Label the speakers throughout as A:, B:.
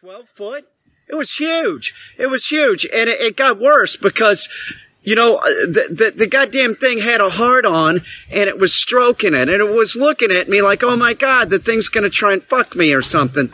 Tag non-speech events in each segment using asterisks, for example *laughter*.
A: 12 foot. It was huge. It was huge. And it, it got worse because, you know, uh, the, the, the goddamn thing had a heart on and it was stroking it and it was looking at me like, oh my God, the thing's going to try and fuck me or something.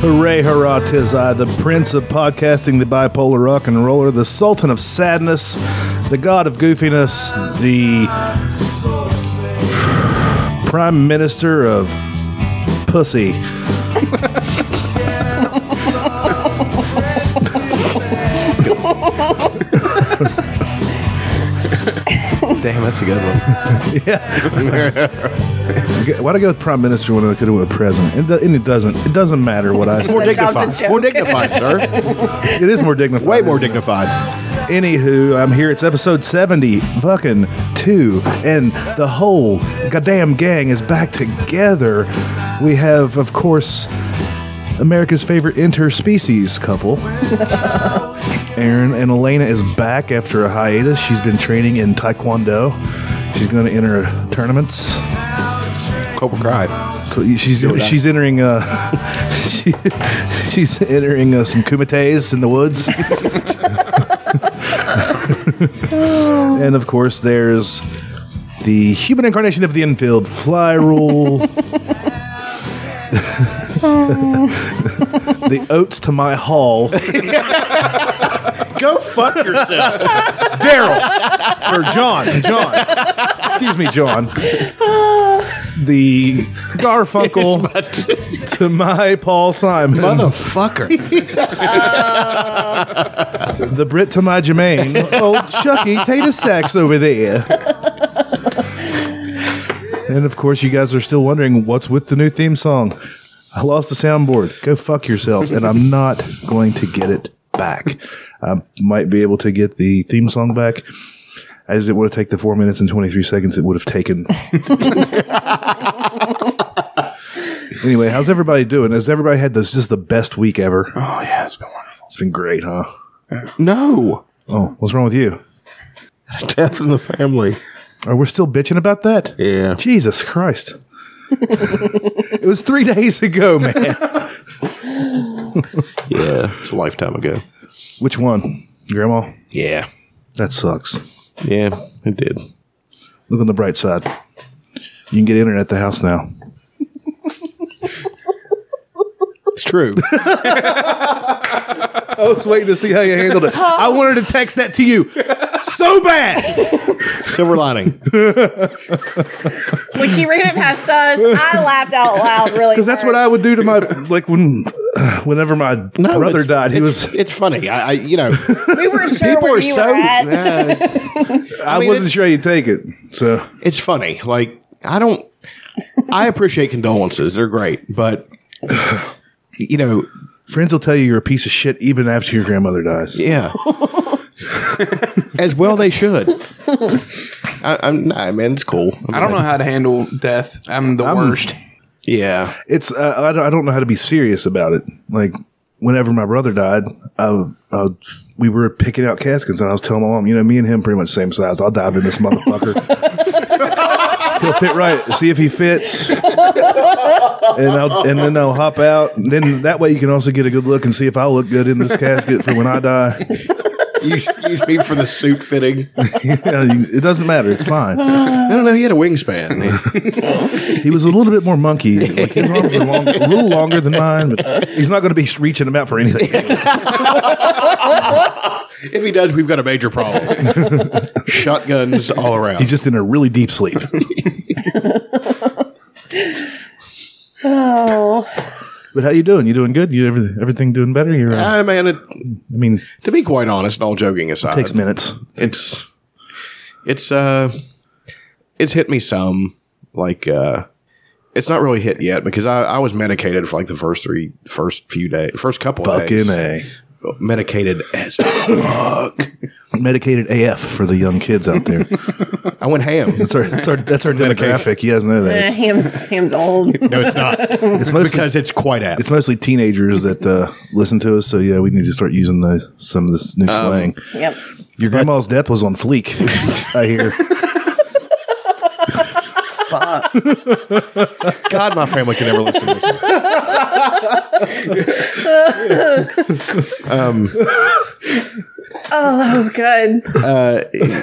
B: Hooray, hurrah, tis I, uh, the prince of podcasting, the bipolar rock and roller, the sultan of sadness, the god of goofiness, the prime minister of pussy.
C: Damn, that's a good one.
B: Why'd I go with prime minister when I could have went with president? It, do- and it doesn't. It doesn't matter what I
C: More
B: say.
D: That job's a
C: dignified. More
D: joke.
C: dignified, *laughs* sir.
B: It is more dignified.
C: Way more
B: isn't it?
C: dignified.
B: Anywho, I'm here. It's episode 70, fucking two, and the whole goddamn gang is back together. We have, of course, America's favorite
C: *laughs*
B: interspecies couple. Aaron and Elena is back after a hiatus. She's been training in Taekwondo. She's going to enter tournaments.
C: Cobra Kai.
B: Cool. She's
C: that.
B: she's entering uh, *laughs* she, she's entering uh, some kumites in the woods. and of course, there's the human incarnation of the infield fly rule. *laughs* the oats to my hall.
C: Go fuck yourself.
B: Daryl or John, John. Excuse me, John. The Garfunkel to my Paul Simon,
C: Motherfucker.
B: the Brit to
C: *laughs*
B: my Jermaine, old Chucky Tata Sacks over there. And of course, you guys are still wondering what's with the new theme song. I lost the soundboard. Go fuck yourselves, and I'm not going to get it back. I might be able to get the theme song back, as it would have taken the four minutes and twenty three seconds it would
C: *laughs*
B: have taken. anyway, how's everybody doing? Has everybody had this just the best week ever?
C: Oh, yeah, it's been wonderful.
B: It's been great, huh?
C: *laughs* No.
B: Oh, what's wrong with you?
C: Death in the family.
B: Are we still bitching about that?
C: Yeah.
B: Jesus Christ. it was three days ago, man.
C: Yeah. It's a lifetime ago.
B: Which one? Grandma?
C: Yeah.
B: That sucks.
C: Yeah, it did.
B: Look on the bright side. You can get internet at the house now.
C: It's true.
B: I was waiting to see how you handled it. I wanted to text that to you so bad.
C: Silver lining.
D: Like he ran it past us.
C: *laughs*
D: I laughed out loud, really.
B: Because that's what I would do to my, like, when, whenever my brother
C: it's-
B: died, he
C: it's-
B: was,
C: It's funny. I, I you know,
D: We weren't sure
C: people
D: where
C: are
D: you
C: so.
D: were at.
C: Yeah.
B: I,
C: mean,
B: wasn't
C: it's-
B: sure you'd take it. So,
C: it's funny. Like I don't. I appreciate condolences. They're great, but you know,
B: friends will tell you you're a piece of shit even after your grandmother dies.
C: yeah. As well, they should. I, I'm. I mean, it's cool.
E: I don't know how to handle death. I'm the worst.
C: Yeah.
B: it's uh, I, don't, I don't know how to be serious about it. Like whenever my brother died, I, I we were picking out caskets, and I was telling my mom, you know, me and him pretty much same size. I'll dive in this motherfucker. *laughs* He'll fit right. See if he fits, and I'll and then I'll hop out. And then that way you can also get a good look and see if I look good in this casket for when I die. *laughs*
C: You, you mean for the suit fitting? I
B: Yeah, you- it doesn't matter. It's fine.
C: don't know. He had a wingspan.
B: He was a little bit more monkey. Like his arms were long, a little longer than mine, but he's not going to be reaching them out for anything.
C: if he does, we've got a major problem. Shotguns all around.
B: He's just in a really deep sleep.
D: Oh,
B: But how you doing? You doing good? You everything, everything doing better? You're, uh,
C: Ah, man, it,
B: I mean,
C: to be quite honest, and all joking aside,
B: takes minutes.
C: it's it's uh it's hit me some like uh it's not really hit yet because I, I was medicated for like the first three first few days first couple
B: Fucking
C: days
B: a.
C: medicated as fuck.
B: Medicated AF for the young kids out there.
C: I went ham.
B: That's our that's our, that's our demographic. You guys
D: Eh,
B: know that. It's,
D: *laughs* Ham's Ham's old.
C: No, it's not.
B: it's mostly
C: *laughs* because it's quite apt.
B: it's mostly teenagers that uh, listen to us. So yeah, we need to start using the, some of this new slang.
D: yep.
B: Your grandma's death was on fleek. I hear.
C: God, my family can never listen to this.
D: Oh, that was good.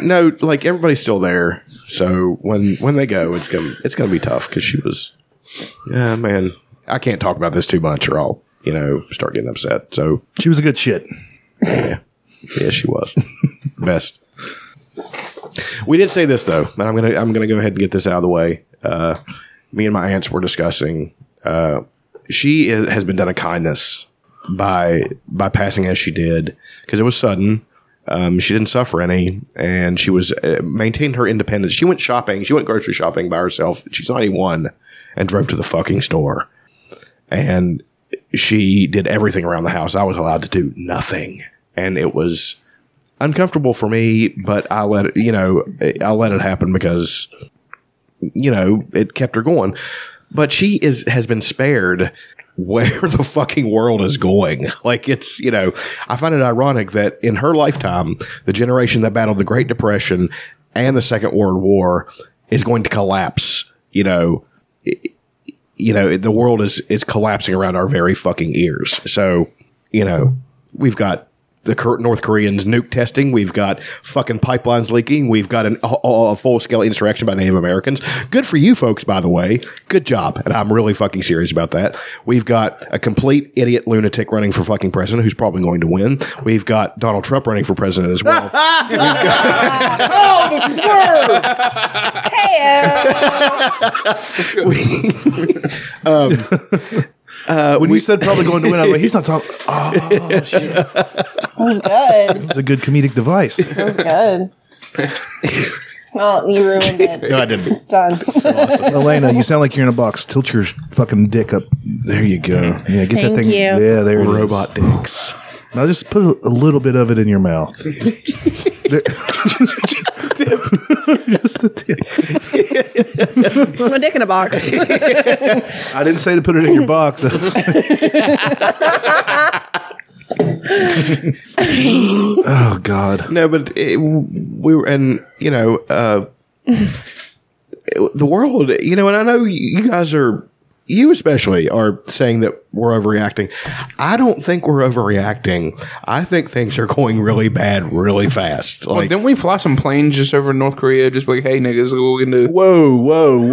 C: no, like everybody's still there. So when when they go, it's gonna it's gonna be tough because she was. Yeah, man, I can't talk about this too much, or I'll you know start getting upset. So
B: She was a good shit.
C: yeah, she was *laughs* best. We did say this though, but I'm gonna I'm gonna go ahead and get this out of the way. Uh, me and my aunts were discussing. Uh, she is, has been done a kindness by by passing as she did because it was sudden. Um, she didn't suffer any, and she was uh, maintained her independence. She went shopping. She went grocery shopping by herself. She's 91 and drove to the fucking store, and she did everything around the house. I was allowed to do nothing, and it was uncomfortable for me. But I let it, you know I let it happen because you know it kept her going. But she is has been spared where *laughs* the fucking world is going. *laughs* Like it's you know I find it ironic that in her lifetime, the generation that battled the Great Depression and the Second World War is going to collapse. You know, you know the world is it's collapsing around our very fucking ears so you know we've got the cur- north koreans nuke testing we've got fucking pipelines leaking we've got an, a, a full-scale insurrection by native americans good for you folks by the way good job and i'm really fucking serious about that we've got a complete idiot lunatic running for fucking president who's probably going to win we've got donald trump running for president as well oh the slur
D: Hey,
B: When you said probably going to win, I was like, he's not talking. Oh, shit.
D: that was good.
B: It's a good comedic device.
D: That was good. Well, you ruined it.
C: no i didn't
D: It's done.
B: Elena, you sound like you're in a box. Tilt your fucking dick up. There you go. Yeah, get that
D: Thank
B: thing.
D: you.
B: Yeah, there it is.
C: robot dicks
B: Now just put a, a little bit of it in your *laughs* mouth. There- just a tip. *laughs*
D: It's my dick in a box.
B: I didn't say to put it in your box. *laughs* oh Oh, God!
C: No, but it, we were, and you know, uh, it- the world, you know, and I know you guys are, you especially are saying that we're overreacting. I don't think we're overreacting. I think things are going really bad really fast. Like,
E: Didn't we fly some planes just over North Korea? Just like, hey niggas, look what we can do.
B: Whoa! Whoa!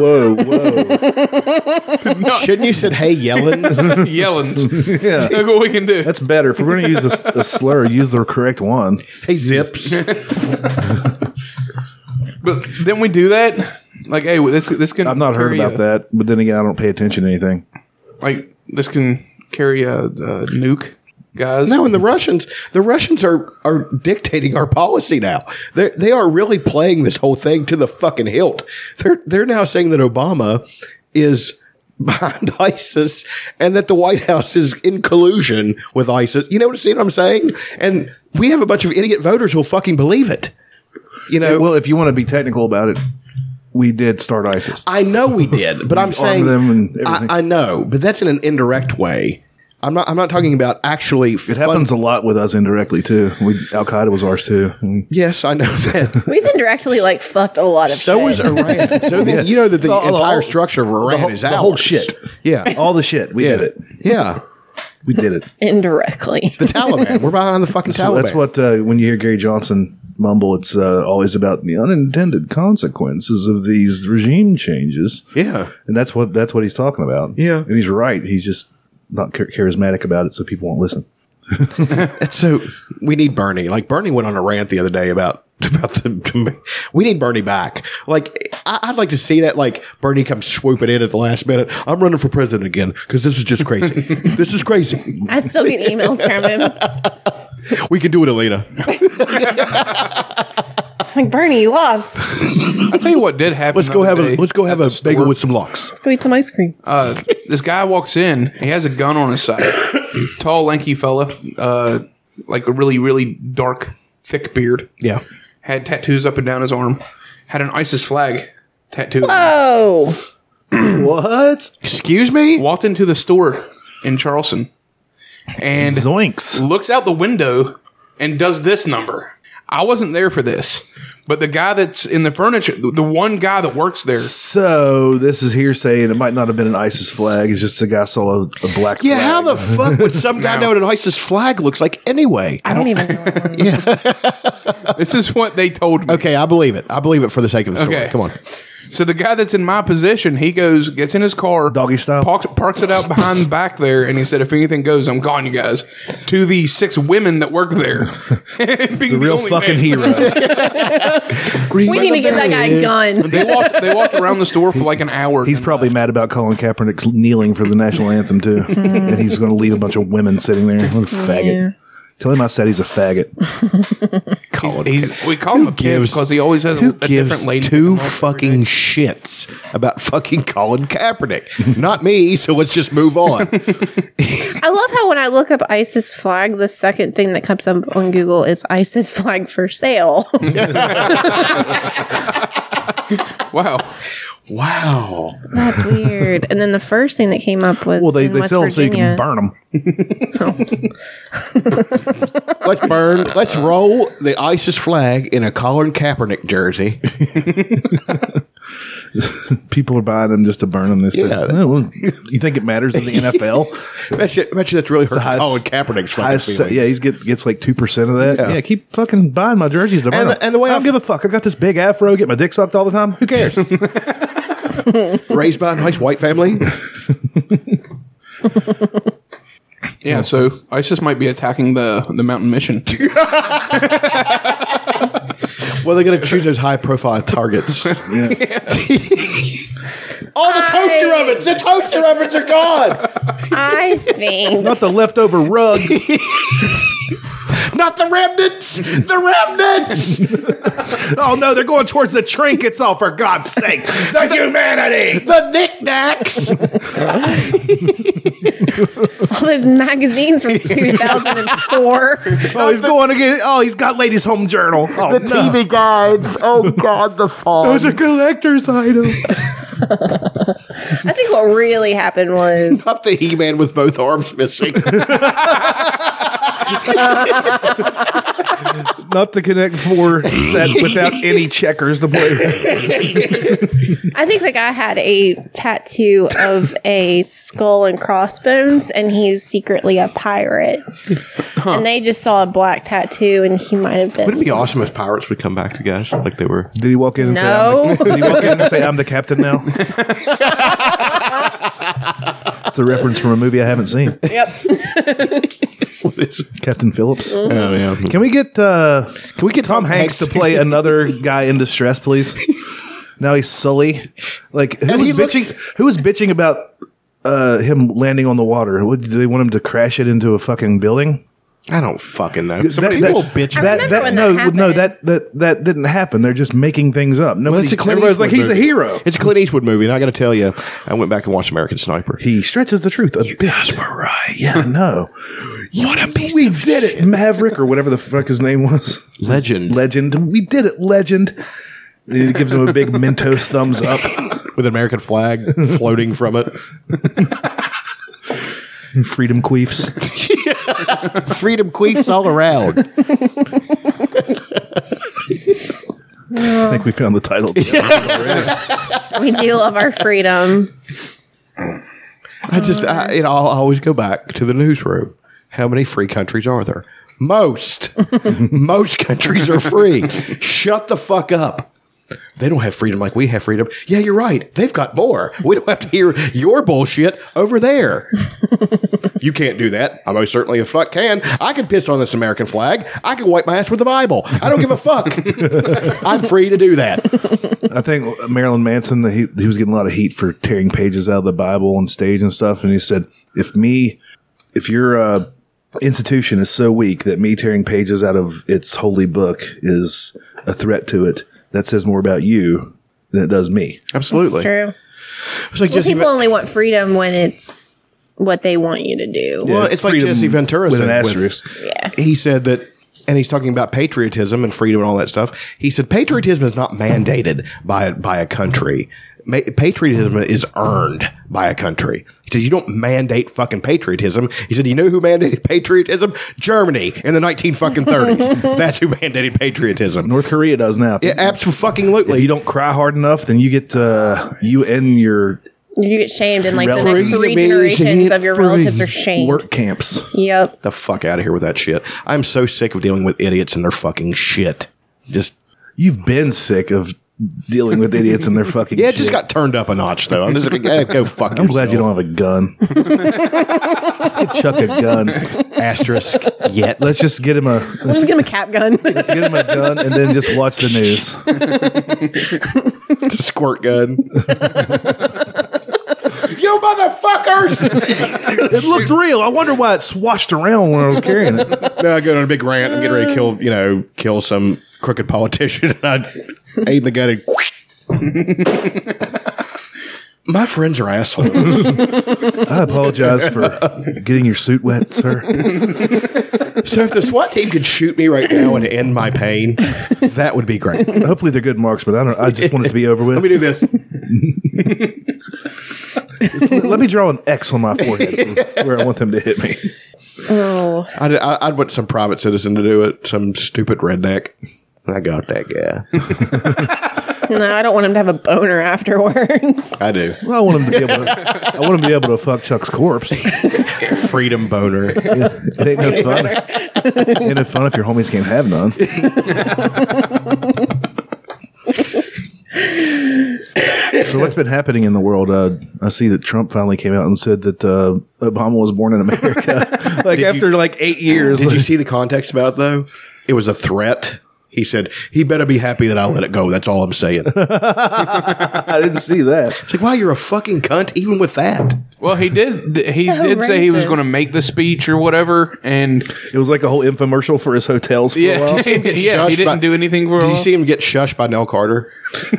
B: Whoa! Whoa!
C: shouldn't you said, "Hey, yelling"?
E: *laughs* Yellings.
B: Yeah.
E: *laughs* Look what we can do.
B: That's better. If we're going to use a, a slur, use the correct one.
C: hey, zips.
E: But didn't we do that? Like, hey, this this can.
B: I've not heard
E: carry
B: about
E: a-
B: that, but then again, I don't pay attention to anything.
E: Like, this can carry a, uh nuke, guys.
C: No, and the Russians, the Russians are are dictating our policy now. They they are really playing this whole thing to the fucking hilt. They're they're now saying that Obama is behind *laughs* ISIS and that the White House is in collusion with ISIS. You know what, see what I'm saying? And we have a bunch of idiot voters who'll fucking believe it. You know,
B: Well, if you want to be technical about it, we did start ISIS.
C: I know we did, but I'm saying
B: them and everything.
C: I, I know, but that's in an indirect way. I'm not. I'm not talking about actually.
B: It happens a lot with us indirectly too. We Al Qaeda was ours too.
C: Yes, I know *laughs* that.
D: We've indirectly like fucked a lot of
C: So
D: shit.
C: is Iran. *laughs* So the, you know that the,
B: The- the
C: entire
B: whole-
C: structure of Iran
B: the whole-
C: is
B: the
C: ours.
B: whole shit.
C: *laughs* Yeah.
B: *laughs* All the shit we
C: yeah.
B: did it.
C: Yeah.
B: We did it.
D: indirectly.
C: The Taliban. We're behind the fucking
B: Well,
C: Taliban.
B: that's what uh, when you hear Gary Johnson mumble, it's uh, always about the unintended consequences of these regime changes.
C: Yeah.
B: and that's what that's what he's talking about.
C: Yeah.
B: and he's right. He's just not char- charismatic about it, so people won't listen.
C: That's so. We need Bernie. Like Bernie went on a rant the other day about *laughs* about the. We need Bernie back. Like I, I'd like to see that. Like Bernie comes swooping in at the last minute. I'm running for president again because this is just *laughs* crazy. this is crazy.
D: I still get emails from him.
C: *laughs*
D: I'm
C: We can do it, Alina.
D: like, Bernie, you lost.
E: I tell you what did happen.
C: Let's
E: the
C: go
E: other
C: have
E: day
C: a let's go have
E: at
C: a
E: the store.
C: bagel with some locks.
D: Let's go eat some ice cream.
E: Uh, this guy walks in. He has a gun on his side. Tall, lanky fella. Uh, like a really, really dark, thick beard.
C: Yeah.
E: Had tattoos up and down his arm. Had an ISIS flag tattooed.
D: Oh,
B: What?
C: Excuse me?
E: Walked into the store in Charleston and
B: Zoinks.
E: looks out the window and does this number. I wasn't there for this, but the guy that's in the furniture, the the one guy that works there,
B: So this is hearsay, and it might not have been an ISIS flag. It's just the guy saw a, a black.
C: Yeah,
B: flag.
C: how the
E: *laughs*
C: fuck would some guy know what an ISIS flag looks like anyway?
D: I don't
C: *laughs*
D: even know.
E: this is what they told me.
C: Okay, I believe it. I believe it for the sake of the story.
E: Okay.
C: Come on.
E: So the guy that's in my position, he goes, gets in his car,
B: Doggy style?
E: parks, parks it out behind the back there, and he said, "If anything goes, I'm gone, you guys." To the six women that work there, *laughs* being the
B: Real
E: only
B: fucking
E: man.
B: hero.
D: We need to give that guy a gun.
E: *laughs* They walked, they walked around the store for like an hour.
B: He's probably mad about Colin Kaepernick kneeling for the national anthem too, and he's going to leave a bunch of women sitting there. What a faggot! Tell him I said he's a faggot.
E: he's, he's- we call Oh, him a pimp because he always has a,
C: who
E: a
C: gives
E: different lady.
C: two
E: in the office every day.
C: fucking shits about fucking Colin Kaepernick. Not me, so let's just move on.
E: *laughs*
D: I love how when I look up ISIS flag, the second thing that comes up on Google is ISIS flag for sale. *laughs*
E: Wow,
C: wow.
D: That's weird. And then the first thing that came up was
B: Well, they,
D: in
B: they
D: West
B: sell them so you
D: Virginia.
B: can burn them.
C: Let's burn. Let's roll the ISIS flag in a Colin Kaepernick jersey.
B: People are buying them just to burn them. They say,
C: Yeah.
B: "Oh, well, you think it
C: *laughs*
B: matters in the NFL?
C: I bet you, I bet you that's really hurt
B: highest-
C: Colin Kaepernick's
B: I
C: fucking
B: say,
C: feelings.
B: yeah, he get, gets like 2% of that.
C: Yeah.
B: Yeah. keep fucking buying my jerseys to burn
C: And-
B: 'em.
C: and the way
B: I don't
C: I've-
B: give a fuck. I got this big afro, get my dick sucked all the time.
C: *laughs*
B: Who cares?
E: *laughs*
C: Raised by a nice white family.
E: yeah.
C: Oh.
E: So ISIS might be attacking the the mountain
C: *laughs*
E: mission.
C: Well, they're going to choose those high profile *laughs* targets. All the toaster
D: I-
C: ovens, the toaster ovens are gone.
D: I
B: *laughs*
D: think
B: Not the leftover rugs.
C: *laughs* Not the remnants, the remnants.
B: *laughs* oh, no, they're going towards the trinkets. Oh, for God's sake. The humanity.
C: the knickknacks.
D: all those magazines
B: *laughs*
D: from 2004.
B: Oh, he's going again. Oh, he's got Ladies Home Journal. Oh,
C: the
B: no.
C: TV guides. Oh God, the fall.
B: Those are collector's items.
D: I think what really happened
B: *laughs*
D: was
C: Up the He-Man with both arms missing.
B: Not the Connect Four set without any checkers to play.
D: I think the guy had a tattoo of a skull and crossbones, and he's secretly a pirate. And they just saw a black tattoo, and he might have
C: Wouldn't it
D: been.
C: be awesome if pirates would come back to guys like they were?
B: Did he walk in and say, I'm
D: No,
B: the, Did he walk in and say, I'm the captain now? It's a reference from a movie I haven't seen.
C: What is it?
B: Captain Phillips.
C: Oh yeah.
B: Can we get uh, can we get Tom, Hanks, to play another guy in distress, please? Now he's Sully. Like who
C: And
B: was
C: he looks-
B: bitching? who was bitching about uh, him landing on the water? What, do they want him to crash it into a fucking building?
C: I don't fucking know.
B: That-
C: Somebody
B: that-
C: people bitch.
D: I
B: That,
D: remember
B: that,
D: when that
B: no, no,
D: happened.
B: that, that that didn't happen. They're just making things up. Nobody,
C: That's a Clint
B: everybody's like,
C: Eastwood
B: he's a
C: movie.
B: hero.
C: It's a Clint Eastwood movie, and I got to tell you, I went back and watched American Sniper.
B: He stretches the truth a bit.
C: guys were right.
B: Yeah, no,
C: *laughs* What a piece
B: we did it, Maverick or whatever the fuck his name was.
C: legend
B: Legend, we did it, Legend. He gives him a big Mentos thumbs up.
C: with an American flag floating from it.
B: Freedom queefs.
C: Freedom queefs all around.
B: I think we found
C: *laughs*
B: the title.
D: *laughs* we do love our freedom.
C: I just, I, you know, I'll always go back to the newsroom. How many free countries are there? Most, *laughs* most countries are free. Shut the fuck up. They don't have freedom like we have freedom. Yeah, you're right. They've got more. We don't have to hear your bullshit over there. *laughs* you can't do that. I most certainly the fuck can. I can piss on this American flag. I can wipe my ass with the Bible. I don't give a fuck. *laughs* I'm free to do that.
B: I think Marilyn Manson, he, he was getting a lot of heat for tearing pages out of the Bible on stage and stuff. And he said, if me, if your uh, institution is so weak that me tearing pages out of its holy book is a threat to it, that says more about you than it does me.
D: It's
C: Absolutely.
D: true.
C: It's like
D: Well,
C: just
D: people
C: even-
D: only want freedom when it's what they want you to do.
C: Well,
B: it's
C: it's, like
B: freedom
C: Jesse Ventura
B: with
C: said.
B: an
C: with-
B: asterisk.
D: Yeah.
C: He said that, and he's talking about patriotism and freedom and all that stuff. He said patriotism is not mandated by by a country. Ma- patriotism is earned by a country. He said you don't mandate fucking patriotism. He said you know who mandated patriotism? Germany in the nineteen fucking
B: *laughs*
C: thirties. That's who mandated patriotism.
B: North Korea does now. If,
C: Yeah,
B: if
C: absolutely.
B: you don't cry hard enough, then you get uh, you and your
D: You get shamed, and like the
B: Relatives.
D: next three
C: Free,
D: generations
C: free,
D: of your relatives are
C: free.
D: shamed.
B: work camps.
D: Yep.
C: *laughs* the fuck out of here with that shit. I'm so sick of dealing with idiots and their fucking shit. Just
B: You've been sick of dealing with idiots and their fucking.
C: yeah, it just
B: shit.
C: got turned up a notch though. I'm just like, eh, go fuck.
B: I'm glad you don't have a gun. Let's get Chuck a gun.
C: asterisk yet.
B: Let's just get him a
D: I'm
B: let's
D: just give him a cap gun.
B: get him a gun and then just watch the news.
C: It's a squirt *laughs* gun. you *laughs* motherfuckers!
B: It looked real. I wonder why it swashed around when I was carrying it.
C: then I go on a big rant. I'm getting ready to kill, you know, kill some crooked politician. *laughs* And I aim the gun and. *laughs* My friends are assholes.
B: I apologize for getting your suit wet, sir.
C: so if the SWAT team could shoot me right now and end my pain, that would be great. Let
B: Hopefully they're good marks, but I don't. I just want it to be over with.
C: me do this.
B: Let me draw an X on my forehead from where I want them to hit me.
D: oh,
C: I'd, I- I'd want some private citizen to do it. Some stupid redneck. I got that
D: *laughs*
C: guy.
D: no, I don't want him to have a boner
C: *laughs*
D: afterwards.
C: I do.
B: Well, I want them to be able. To, I want them to be able to fuck Chuck's corpse.
C: Freedom boner.
B: It ain't no fun. ain't no fun if your homies can't have none. so what's been happening in the world? Uh, I see that Trump finally came out and said that uh, Obama was born in America. like after like eight years.
C: Did you *laughs* see the context about it, though? It was a threat. He said, "He better be happy that I let it go." That's all I'm saying. It's
B: I didn't see that.
C: like, wow, you're a fucking cunt, even with that.
E: Well, he did. th- He
D: So
E: did say he was
D: racist.
E: going to make the speech or whatever,
C: *laughs*
E: and
B: It was like a whole infomercial for his hotels for a
E: yeah, *laughs*
B: while.
E: yeah, he
C: Shushed by-
E: didn't do anything for. a
C: Did you
E: while.
C: see him get shushed by Nell Carter?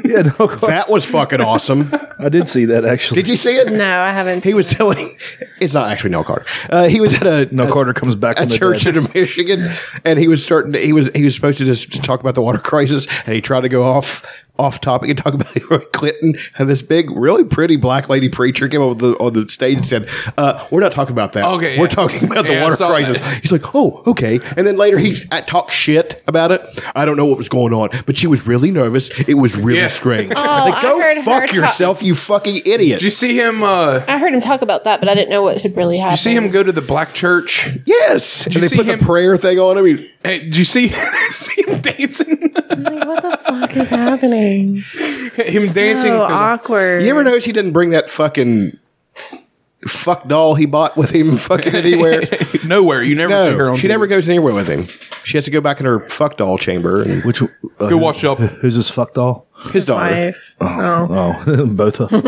B: Yeah, no,
C: That was fucking awesome.
B: I did see that actually.
C: Did you see it?
D: No, I haven't.
C: He was telling. *laughs* It's not actually Nell Carter. Uh, he was at
B: *laughs*
C: a
B: No,
C: a-
B: Carter comes back
C: a
B: from the
C: church
B: dead.
C: in Michigan, and he was starting. To, he was he was supposed to just talk about the water crisis, and he tried to go off off topic and talk *laughs* about Hillary Clinton. And this big, really pretty black lady preacher came up the, on the stage and said, uh, "We're not talking about that.
E: Okay,
C: we're
E: yeah.
C: talking about the
E: Yeah, I
C: water
E: saw
C: crisis."
E: that.
C: He's like, "Oh, okay." And then later he uh, talked shit about it. I don't know what was going on, but she was really nervous. It was really
E: Yeah. Oh,
C: strange.
E: *laughs*
D: I
C: like, go
D: heard her
C: fuck
D: talk-
C: yourself, you fucking idiot.
E: Did you see him? Uh, did
D: I heard him talk about that, but I didn't know what had really happened.
E: you see him go to the black church?
C: yes. And
E: you
C: they
E: see
C: put
E: him-
C: the prayer thing on him. He-
E: Hey, did you see, *laughs* see him dancing?
D: Like, what the fuck is happening?
E: *laughs* him dancing.
D: So
E: 'cause I-
D: Oh, awkward.
C: You ever notice he didn't bring that fucking fuck doll he bought
E: *laughs*
C: with him fucking anywhere?
E: nowhere. You never see her
C: no,
E: on.
C: she
E: TV.
C: never goes anywhere with him. She has to go back in her fuck doll chamber and
B: Which uh,
E: Go watch up.
B: who's this fuck doll?
C: his daughter.
D: Wife. Oh,
B: Oh, *laughs* both of them.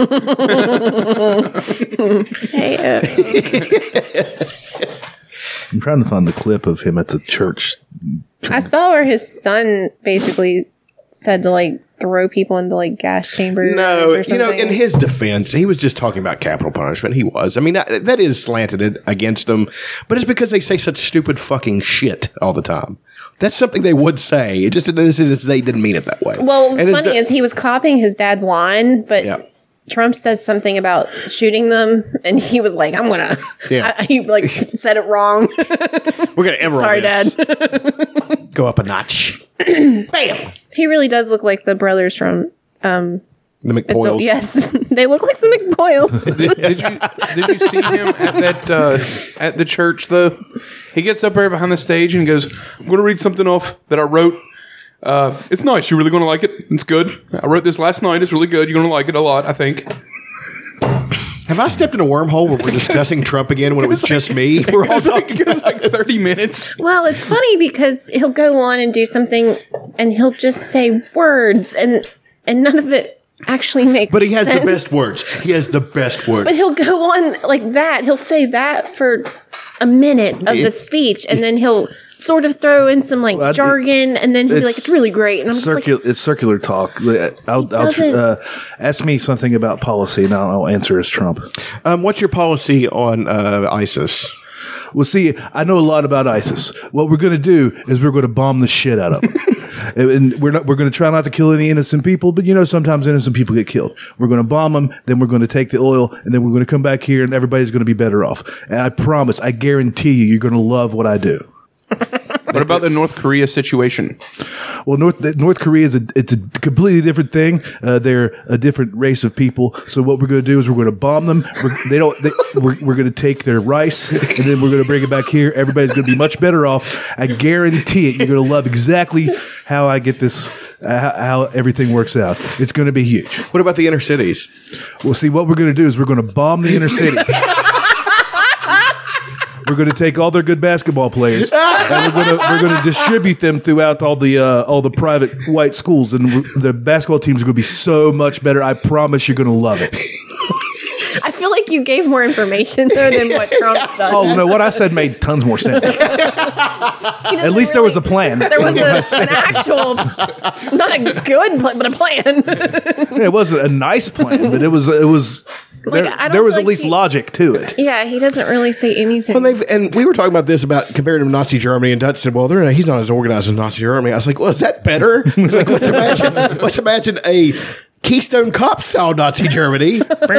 D: Hey, uh,
B: I'm trying to find the clip of him at the church.
D: I saw where his son basically said to like throw people into like gas chambers.
C: No,
D: or
C: you know, in
D: something.
C: his defense, he was just talking about capital punishment. He was. I mean, that, that is slanted it- against him, but it's because they say such stupid fucking shit all the time. That's something they would say. It just this is they didn't mean it that way.
D: Well, what's
C: And it's
D: funny
C: the-
D: is he was copying his dad's line, but
C: Yeah.
D: Trump says something about shooting them, and he was like, "I'm gonna."
C: Yeah.
D: *laughs* I- he
C: *laughs*
D: like said it wrong. *laughs*
C: we're gonna ever
D: Sorry, Dad.
C: *laughs* go up a notch.
D: He really does look like the brothers from.
C: The McPoyles.
D: So, yes, *laughs* they look like the McBoyles.
C: *laughs*
E: Did, did you did you see him at that uh, at the church though? He gets up there behind the stage and goes, "I'm going to read something off that I wrote. Uh, it's nice. You're really going to like it. It's good. I wrote this last night. It's really good. You're going to like it a lot. I think." *laughs*
C: Have I stepped in a wormhole where we're discussing Trump again when it was just me? *laughs* We're all
E: It's like,
C: talking.
E: it was like 30 minutes.
D: well, it's funny because he'll go on and do something, and he'll just say words, and and none of it actually makes.
C: But he has the
D: sense.
C: best words. He has the best words.
D: *laughs* But he'll go on like that. He'll say that for a minute of the speech, and then he'll sort of throw in some like
B: Well, I-
D: jargon, and then he'd be like,
B: it's
D: "It's really great," and I'm just like,
B: Circul- it's circular talk. I'll, I'll tr-
D: doesn't-
B: uh, ask me something about policy, and I'll, I'll answer as Trump.
C: Um, what's your policy on uh, ISIS?
B: Well, see, I know a lot about ISIS. What we're going to do is we're going to bomb the shit out
D: *laughs*
B: of them. And- and we're not, we're going to try not to kill any innocent people, but you know, sometimes innocent people get killed. We're going to bomb them, then we're going to take the oil, and then we're going to come back here and everybody's going to be better off. And I promise, I guarantee you, you're going to love what I do.
E: What about the North Korea situation?
B: Well, North th- North Korea is a it's a completely different thing. Uh, they're a different race of people. So what we're going to do is we're going to bomb them. We're, they don't. They, we're we're going to take their rice and then we're going to bring it back here. Everybody's going to be much better off. I guarantee it. You're going to love exactly how I get this. Uh, how, how everything works out. It's going to be huge.
C: What about the inner cities?
B: Well, see, what we're going to do is we're going to bomb the inner cities. we're going to take all their good basketball players, and we're going to we're going to distribute them throughout all the uh, all the private white schools, and we're- the basketball teams are going to be so much better. I promise, you're going to love it.
D: I feel like you gave more information there than *laughs* what Trump does.
B: Oh no, what I said made tons more sense. At least there was a plan.
D: There was
C: *laughs*
D: a, an actual, not a good plan, but a plan.
B: it was a nice plan, but it was it was.
D: Like,
B: there,
D: I don't
B: there was
D: feel
B: at
D: like
B: least
D: he-
B: logic to it.
D: *laughs* yeah, he doesn't really say anything.
C: Well, they've, and we were talking about this about comparing him to Nazi Germany, and Dutch said, "Well, they're not, he's not as organized as Nazi Germany." I was like, "Well, is that better?" *laughs* I was like, let's imagine, let's imagine a Keystone Cop style Nazi *laughs* Germany.
B: I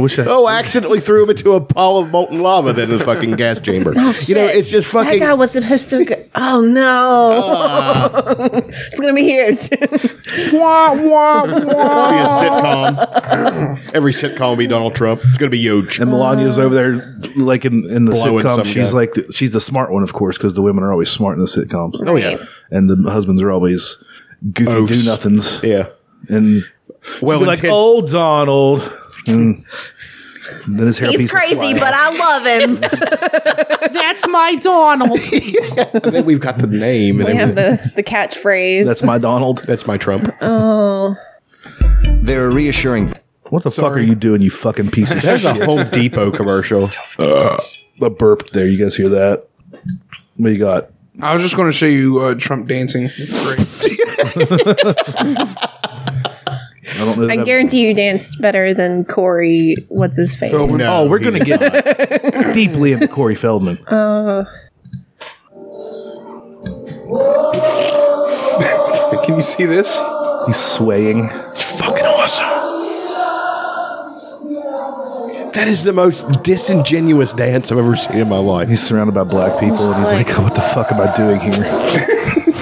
B: wish I
C: oh, accidentally threw him into a pile of molten lava then in the fucking gas chamber. you know,
D: Oh, shit.
C: it's just
D: that
C: fucking.
D: guy was supposed to go. Oh no,
C: Ah.
D: *laughs* it's gonna be huge.
C: Wah, wah, wah. Be a sitcom. *laughs* Every sitcom will be Donald Trump. It's going to be huge.
B: And Melania's over there, like in, in the
C: Blowing some
B: sitcom. She's
C: guy.
B: like the, she's the smart one, of course, because the women are always smart in the sitcoms.
C: Oh, yeah.
B: and the husbands are always goofy
C: Oafs.
B: do nothings.
C: Yeah.
B: And
C: Well,
B: be like,
C: inten-
B: "Oh, Donald." Mm. Then his hairpiece.
D: He's crazy, but I
C: *laughs*
D: love him.
C: I think we've got the name. And
D: We have
C: everything.
D: the the catchphrase.
B: That's my Donald.
C: That's my Trump.
D: Oh.
F: They're reassuring.
B: What the fuck are you doing, you fucking piece *laughs* of
C: *laughs*
B: shit?
C: There's a Home Depot commercial.
B: The burp there. You guys hear that? What you got?
E: I was just going to show you uh, Trump dancing. It's great.
B: I don't know.
D: I
B: that-
D: guarantee you danced better than Corey. What's his face?
E: So,
C: No,
B: Oh, we're
C: he
B: gonna
C: did
B: get deeply into Corey Feldman.
E: Can you see this?
B: He's swaying.
C: fucking awesome. *laughs* That is the most disingenuous dance I've ever seen in my life.
B: He's surrounded by black people, and he's
D: like-
B: like, "What the fuck am I doing here?"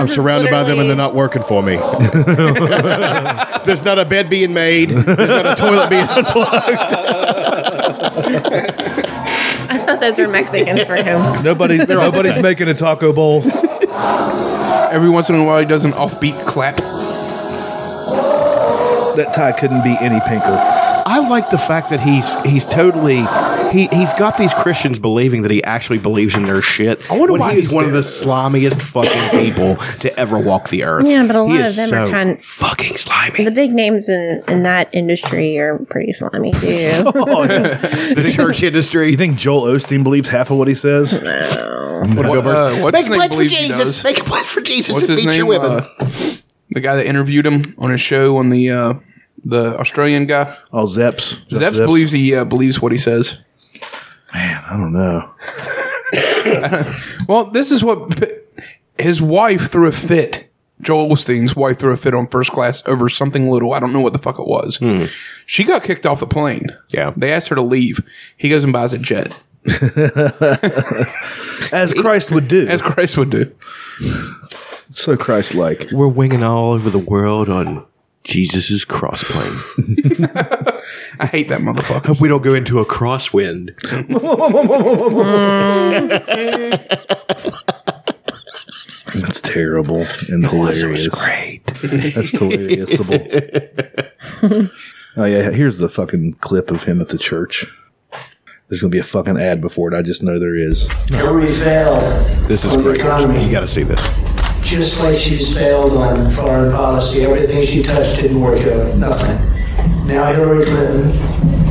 C: I'm
D: is
C: surrounded by them
D: literally-
C: and they're not working for me. *laughs* There's not a bed being made. There's not a toilet being *laughs* unplugged.
D: I thought *laughs* those were Mexicans for him.
B: Nobody's nobody's making a taco bowl.
E: Every once in a while, he does an offbeat clap.
B: That tie couldn't be any pinker.
C: I like the fact that he's he's totally he he's got these Christians believing that he actually believes in their shit. I
E: wonder why
C: he's,
E: he's
C: one of
E: there.
C: the slimiest
E: *laughs*
C: fucking people to ever walk the earth.
D: Yeah, but a
C: He
D: lot
C: is
D: of them are
C: so
D: kind-
C: fucking slimy.
D: The big names in in that industry are pretty slimy too.
C: The church industry.
B: You think Joel Osteen believes half of what he says?
E: What, uh, what's his name believes he does?
C: Make a plan for Jesus
E: What's his name? Uh, the guy that interviewed him on his show on the uh, the Australian guy.
B: All Zeps.
E: Zeps, believes he uh, believes what he says.
B: I don't know.
E: Well, this is what his wife threw a fit. Joel Osteen's wife threw a fit on first class over something little. I don't know what the fuck it was. She got kicked off the plane.
C: Yeah.
E: They asked her to leave. He goes and buys a jet,
B: As Christ would do.
E: as Christ would do.
B: so Christ-like.
C: We're winging all over the world on Jesus's cross plane.
E: I hate that motherfucker. *laughs*
C: Hope we don't go into a crosswind.
B: That's terrible and hilarious.
C: great.
B: That's hilarious.
E: *laughs*
B: oh yeah, here's the fucking clip of him at the church. There's gonna be a fucking ad before it. I just know there is.
G: Hillary failed
C: This is
G: on the
C: great. You
G: economy,
C: got to see this.
G: just like she's failed on foreign policy. Everything she touched didn't work out. Nothing. Now Hillary Clinton.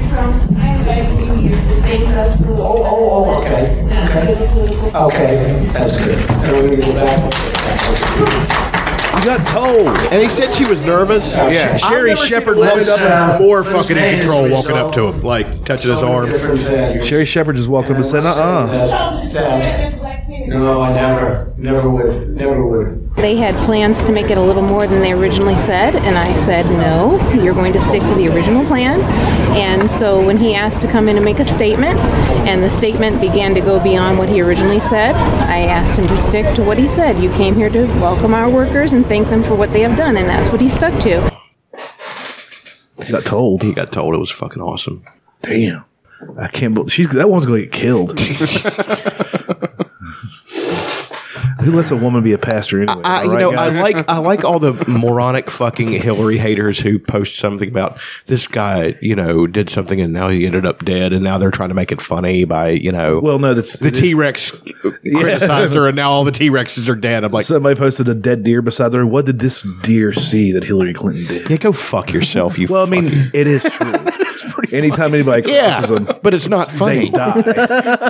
H: Trump, I invite you to thank us for
G: Oh, oh, oh, okay, okay. Okay, that's good. And we're going to go back.
C: You got told. And he said she was nervous.
E: Yeah.
C: Sherry
G: I've never
C: Shepard
G: seen
C: walking
G: less, uh,
C: up more
G: first
C: fucking in
G: name
C: control,
G: as a
C: walking up to him, like touching his arm.
G: Different values.
B: Sherry Shepard just walked up and said, uh-uh.
G: That, that- no, I never, never would, never would.
F: They had plans to make it a little more than they originally said, and I said, no, you're going to stick to the original plan. And so when he asked to come in and make a statement, and the statement began to go beyond what he originally said, I asked him to stick to what he said. You came here to welcome our workers and thank them for what they have done, and that's what he stuck to.
B: He got told.
C: He got told it was fucking awesome.
B: Damn. I can't believe she's that one's gonna
C: *laughs*
B: get killed. Who lets a woman be a pastor anyway?
C: I, you
B: All right,
C: know,
B: guys?
C: I like I like all the moronic fucking Hillary haters who post something about this guy, you know, did something and now he ended up dead, and now they're trying to make it funny by you know,
B: well, no, that's
C: the T *laughs* Rex criticized her, and now all the T Rexes are dead. I'm like,
B: Somebody posted a dead deer beside her. What did this deer see that Hillary Clinton did?
C: yeah, go fuck yourself. You
B: Well, I mean,
C: fucking-
B: it is
C: *laughs*
B: true. Anytime anybody
C: yeah,
B: crosses them,
C: but it's not
B: they
C: funny.
B: die.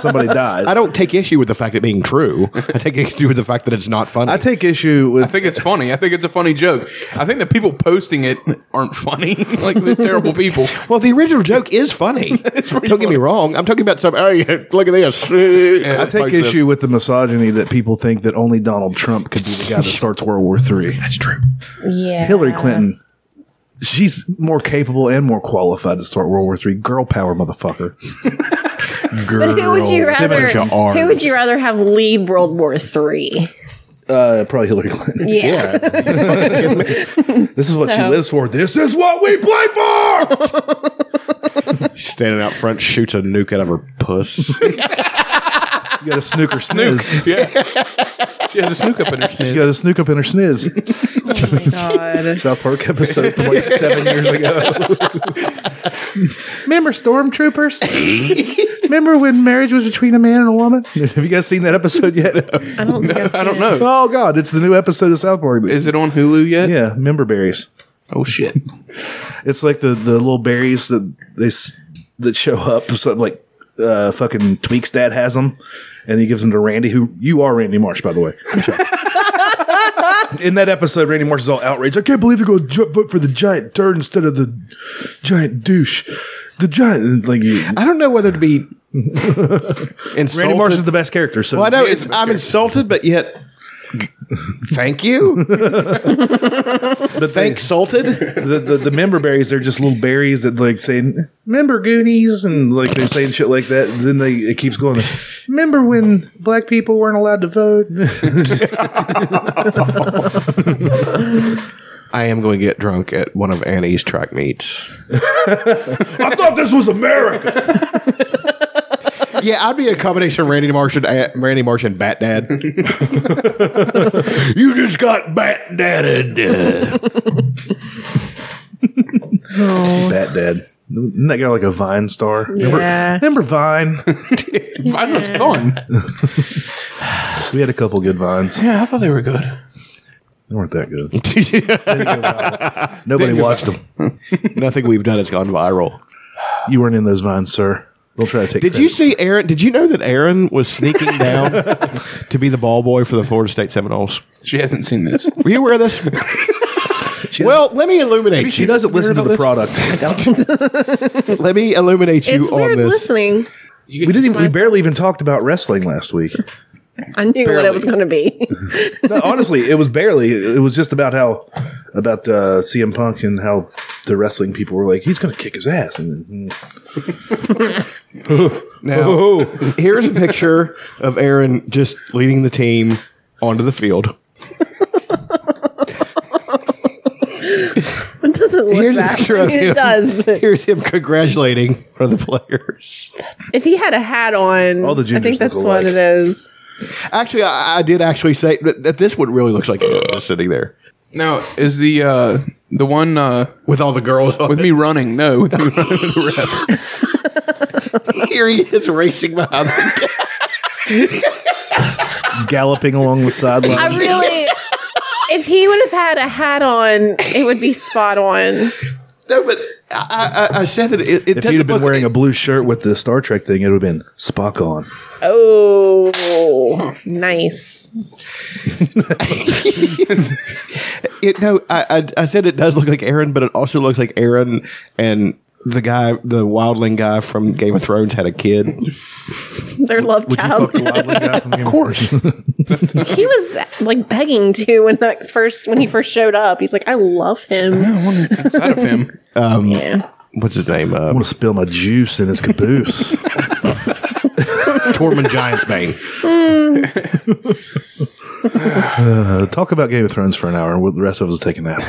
C: *laughs*
B: Somebody dies.
C: I don't take issue with the fact it being true. I take issue with the fact that it's not funny.
B: I take issue with.
E: I think it's funny. I think it's a funny joke. I think the people posting it aren't funny. *laughs* like they're terrible people.
C: well, the original joke is *laughs* funny.
E: pretty
C: don't get me
E: funny.
C: wrong. I'm talking about some. Hey, look at this.
B: I take issue with the misogyny that people think that only Donald Trump could be the guy that starts World War III.
C: That's true.
D: Yeah.
B: Hillary Clinton, she's more capable and more qualified to start World War III. Girl power, motherfucker.
D: But who would you
C: Girl,
D: rather?
C: give it your
D: Who would you
C: arms.
D: rather have lead World War Three?
B: Uh, probably Hillary Clinton. *laughs*
D: Yeah.
B: This is what she lives for. This is what we play
C: *laughs*
B: for.
C: Standing out front, shoots a nuke out of her puss.
B: you got a snook or sniz.
E: Yeah. She has a snook up in her
B: You
E: sniz.
B: got a snook up in her *laughs* sniz. Oh South Park episode from like *laughs* seven years ago. Remember *laughs* stormtroopers? Remember when marriage was between a man and a woman? Have you guys seen that episode yet? *laughs*
D: I don't. Think I've
E: *laughs* I don't
D: seen it.
E: know.
B: oh God, it's the new episode of South Park.
E: Is it on Hulu yet?
B: yeah, member berries.
E: Oh *laughs* shit.
B: It's like the the little berries that they s- that show up. Something like uh, fucking Tweak's dad has them, and he gives them to Randy. Who you are, Randy Marsh, by the way.
C: *laughs*
B: In that episode, Randy Marsh is all outraged. I can't believe they're going to ju- vote for the giant turd instead of the giant douche. The giant and, like you,
C: *laughs* I don't know whether to *laughs* be insulted.
B: Randy Marsh is the best character. So
C: Well, I know
E: He is
C: it's.
E: the best
C: I'm
E: character.
C: insulted, but yet. g- Thank you. *laughs* Thanks, *laughs* salted.
B: the, the the member berries they're just little berries that like saying member Goonies and like they're saying shit like that. And then they it keeps going. Remember when black people weren't allowed to vote?
C: I am going to get drunk at one of Annie's track meets.
B: I thought this was America.
C: Yeah, I'd be a combination of Randy Marsh and uh, Randy Marsh and Bat Dad. you just got Bat Dadded.
B: Bat Dad. Isn't that guy like a Vine star?
D: Yeah.
B: Remember, remember Vine?
E: Mine was fun.
B: We had a couple good Vines. They
E: Yeah, I thought they were good.
B: weren't that *laughs* good. Nobody
E: Didn't go
B: watched them.
C: Nothing we've done has gone viral.
B: You weren't in those Vines, sir. We'll try to take
C: Did you see Aaron? Did you know that Aaron was sneaking down to be the ball boy for the Florida State Seminoles?
E: She hasn't seen *laughs* this.
C: Were you aware of this? well, let me illuminate
B: She
C: you.
B: doesn't listen to the product.
C: Let me illuminate you
D: It's
C: on
D: weird
C: this.
D: listening.
B: We didn't. Even, we barely even talked about wrestling last week.
D: I knew what
E: Barely.
D: it was going to be. *laughs*
B: No, honestly, it was barely. It was just about how about uh, CM Punk and how the wrestling people were like, he's going to kick his ass, and then mm,
C: Now,
B: Oh.
C: here's a picture of Aaron just leading the team onto the field.
D: It doesn't look
C: Here's a
D: that.
C: picture
D: I
C: of
D: mean,
C: him.
D: it does, but
C: Here's him congratulating one of the players.
D: if he had a hat on,
B: All the
D: I
B: juniors
D: think that's
B: look
D: what
B: alike.
D: it is.
C: Actually, I, I did actually say that that this one really looks like Aaron is sitting there
E: Now is the uh the one uh
C: with all the girls. On
E: with
C: *laughs*
E: me running? No, with me running with the ref.
C: *laughs* here he is racing behind. The
B: galloping along the
D: I
B: sideline.
D: really, if he would have had a hat on, it would be spot on.
C: no, but I, I, I said that it, it
B: If
C: doesn't
B: you'd have been
C: look-
B: wearing a blue shirt with the Star Trek thing, it would have been Spock on.
D: Oh, nice.
C: It no, I, I I said it does look like Aaron, but it also looks like Aaron and the guy, the wildling guy from Game of Thrones, had a kid.
D: Their love child.
B: of course. *laughs*
D: He was like begging to when that first when he first showed up. He's like, I love him.
E: I wonder outside of *laughs* him.
D: Yeah.
C: What's his name?
B: I
C: Uh,
B: want to spill my juice in his caboose.
C: Tormund Giantsbane.
B: Uh, talk about Game of Thrones for an hour, and we'll- the rest of us will take a nap.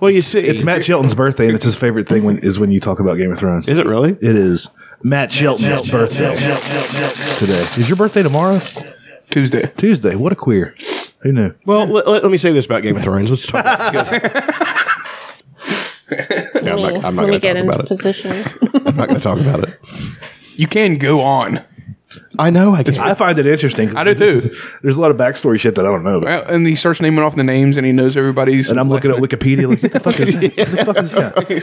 C: Well, you see,
B: It's Matt Shelton's birthday, and it's his favorite thing when, is when you talk about Game of Thrones.
C: Is it really?
B: It is Matt Shelton's birthday today. Is your birthday tomorrow?
E: Tuesday.
B: Tuesday. What a queer. Who knew?
C: Well, let, let, let me say this about Game of Thrones. Let's talk. About it. Yeah,
D: Let
C: I'm
D: me,
C: not, I'm not
D: let me
C: going
D: get
C: to
D: into
C: talk about it.
D: position.
C: I'm not going to talk about it.
E: You can go on.
C: I know. I can.
B: I find it interesting.
E: I do too.
B: There's a lot of backstory shit that I don't know about.
E: Well, And he starts naming off the names, and he knows everybody's.
B: And I'm looking at Wikipedia like, what the fuck is that? What the fuck
E: *laughs*
B: is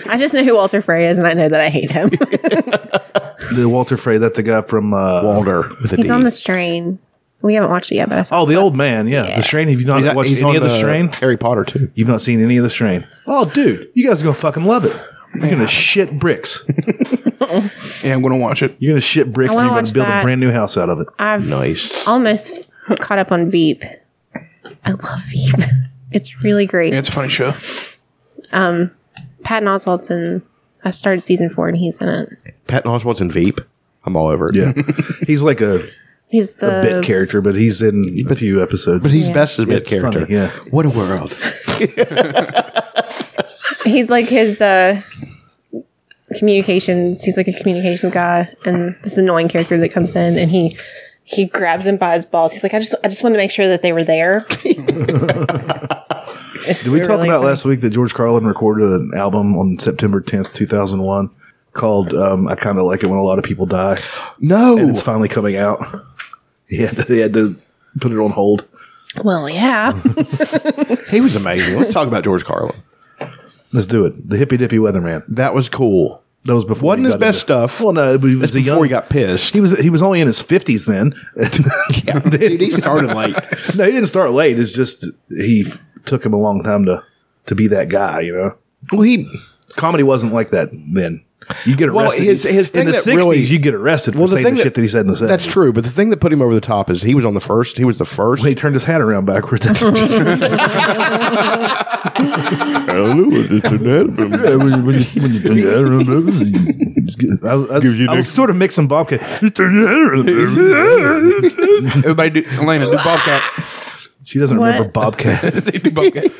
B: that?
D: *laughs* I just know who Walter Frey is, and I know that I hate him.
B: The Walter Frey, that the guy from uh,
C: Walder with
D: *laughs*
C: a
D: He's
C: D.
D: on the strain. We haven't watched it yet, but I saw
B: Oh, the old man. Yeah, the strain. Have you not
C: He's, a-
B: watched
C: he's
B: any
C: on
B: of the strain?
C: Harry Potter too.
B: You've not seen any of the strain. Oh, dude, you guys are gonna fucking love it. You're gonna shit bricks.
E: Yeah, I'm going to watch it.
B: You're gonna shit bricks,
D: I
B: and
D: wanna
B: you're gonna
D: watch
B: build a
D: that.
B: brand new house out of it.
D: I've
C: Nice.
D: almost caught up on Veep. I love Veep. It's really great.
E: Yeah, it's a funny show.
D: Patton Oswalt's in. I started season four, and he's in it.
C: Patton Oswalt's in Veep. I'm all over it.
B: Yeah, he's like a,
D: He's the *laughs*
B: a bit character, but he's in a few episodes.
C: But he's best as a mid
B: It's funny,
C: character.
B: yeah.
C: What a
B: *laughs*
C: world.
D: he's like his uh communications he's like a communications guy and this annoying character that comes in and he he grabs him by his balls he's like i just i just want to make sure that they were there It's
B: Did we talk
D: really
B: about
D: funny.
B: last week that George Carlin recorded an album on September 10th, 2001 called um, I Kinda Like It When a Lot of People Die? And
C: No.
B: it's finally coming out. *laughs* He had, he had to put it on hold.
D: well yeah *laughs*
C: He was amazing. Let's talk about George Carlin.
B: Let's do it. The Hippy Dippy Weatherman.
C: That was cool.
B: That was before.
C: Wasn't
B: he
C: his
B: got into-
C: best stuff.
B: Well, no, but he was
C: That's
B: a
C: before
B: young.
C: he got pissed.
B: *laughs* he was he was only in his fifties then. *laughs*
C: yeah, dude, he *laughs* started late.
B: no, he didn't start late. It's just he f- took him a long time to to be that guy. You know,
C: Well, he
B: comedy wasn't like that then. You get arrested.
C: Well, his- his
B: in
C: thing
B: the
C: that
B: sixties,
C: really-
B: you get arrested for
C: well, the
B: saying the
C: thing that-
B: shit that he said in the seventies.
C: that's true. But the thing that put him over the top is he was on the first. He was the first. *laughs*
B: He turned his hat around backwards. Yeah, when you- when you- when you turn your head around backwards, you- you just get- I, was- I, was- I was sort of mixing Bobcat. You turn your head around backwards.
E: Everybody, do, Elena, do Bobcat.
B: *laughs*
E: *laughs*
B: She doesn't
D: What?
B: remember Bobcat.
E: Say do Bobcat.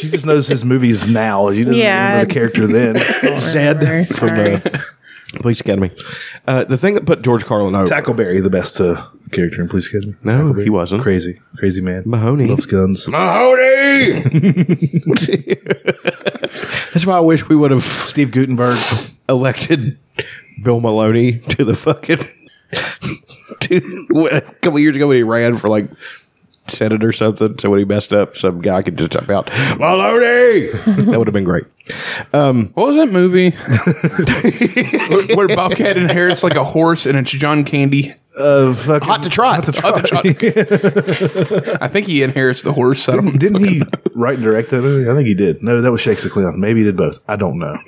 B: She just knows his movies now. She doesn't
D: Yeah.
B: remember the character then.
C: Zed from the police academy. Uh, the thing that put George Carlin over.
B: Tackleberry, the best uh, character in Police Academy.
C: no, he wasn't.
B: Crazy, crazy man.
C: Mahoney.
B: loves guns. *laughs*
C: Mahoney. *laughs* That's why I wish we would have
B: Steve Gutenberg.
C: elected Bill Maloney to the fucking. to, what, a couple years ago when he ran for like senate or something, so when he messed up, some guy could just jump out Maloney. that would have been great. Uh,
E: What was that *laughs* movie where, where Bobcat inherits like a horse and it's John Candy?
B: Uh, fucking,
C: Hot to trot.
E: *laughs* I think he inherits the horse. I
B: *laughs*
E: don't.
B: didn't he write and direct that movie? I think he did. No, that was Shakespeare Clown. Maybe he did both. I don't know.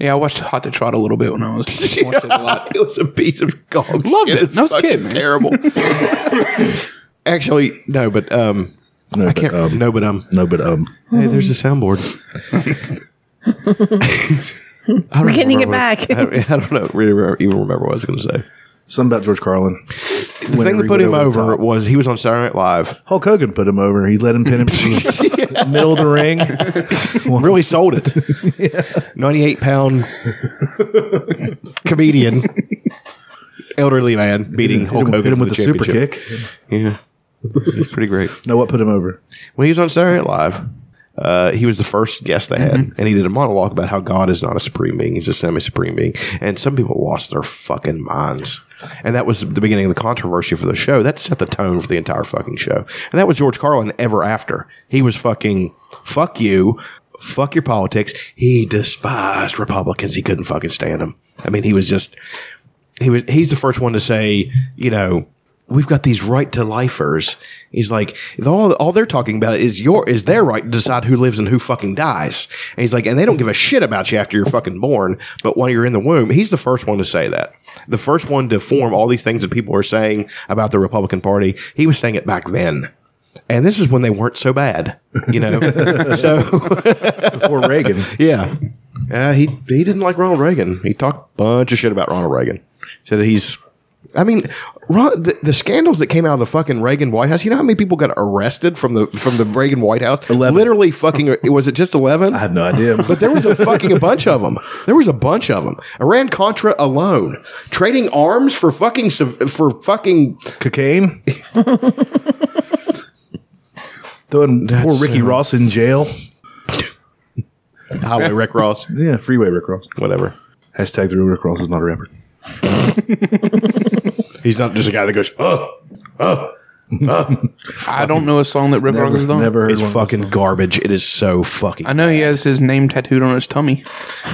E: Yeah, I watched Hot to Trot a little bit when
B: *laughs*
E: I was. I watched it a lot.
C: *laughs* It was a piece of garbage.
E: Loved it. No, I was a
C: fucking
E: kid, man.
C: Terrible. Actually, no, but um,
B: No,
C: I can't.
B: um,
C: no, but um,
B: no, but um,
C: hey, there's
D: *laughs*
C: a soundboard. I don't
D: We're getting
C: remember
D: it
C: what I was- I, I don't know. Really, re- even remember what I was going to say.
B: something about George Carlin.
C: The thing that put him over was he was on Saturday Night Live.
B: Hulk Hogan put him over. He let him pin him to
C: *laughs*
B: the middle of the ring.
C: Really sold it. *laughs*
B: *laughs*
C: Ninety-eight pound comedian, elderly man beating
B: Hit
C: Hulk
B: him,
C: Hogan
B: hit him
C: for
B: with
C: the
B: a super
C: championship.
B: kick.
C: Yeah, it's pretty great.
B: No, what put him over?
C: when he was on Saturday Night Live, uh, he was the first guest they had, and he did a monologue about how God is not a supreme being; he's a semi-supreme being, and some people lost their fucking minds. And that was the beginning of the controversy for the show. That set the tone for the entire fucking show. And that was George Carlin ever after. He was fucking fuck you, fuck your politics. He despised Republicans. He couldn't fucking stand them. I mean, he was just he was he's the first one to say, you know, we've got these right to lifers. He's like, all all they're talking about is your is their right to decide who lives and who fucking dies. And he's like, and they don't give a shit about you after you're fucking born, but while you're in the womb, he's the first one to say that. The first one to form all these things that people are saying about the Republican Party. He was saying it back then. And this is when they weren't so bad, you know. so
B: Before Reagan.
C: yeah. Uh, he he didn't like Ronald Reagan. He talked a bunch of shit about Ronald Reagan. Said that he's, I mean, Ron, the, the scandals that came out of the fucking Reagan White House. You know how many people got arrested from the from the Reagan White House?
B: 11.
C: Literally fucking. Was it just eleven?
B: I have no idea.
C: But there was a fucking a bunch of them. There was a bunch of them. Iran Contra alone, trading arms for fucking civ- for fucking *laughs*
B: cocaine. Throwing poor Ricky Ross in jail.
C: highway Rick Ross,
B: Yeah, freeway Rick Ross.
C: whatever.
B: Hashtag the Rick Ross is not a rapper.
C: He's not just a guy that goes, oh,
E: I don't know a song that Rip
B: Never,
E: Rogers done.
B: never heard
C: it's
B: one of
C: fucking
B: those songs.
C: garbage. It is so fucking.
E: I know he has his name tattooed on his tummy.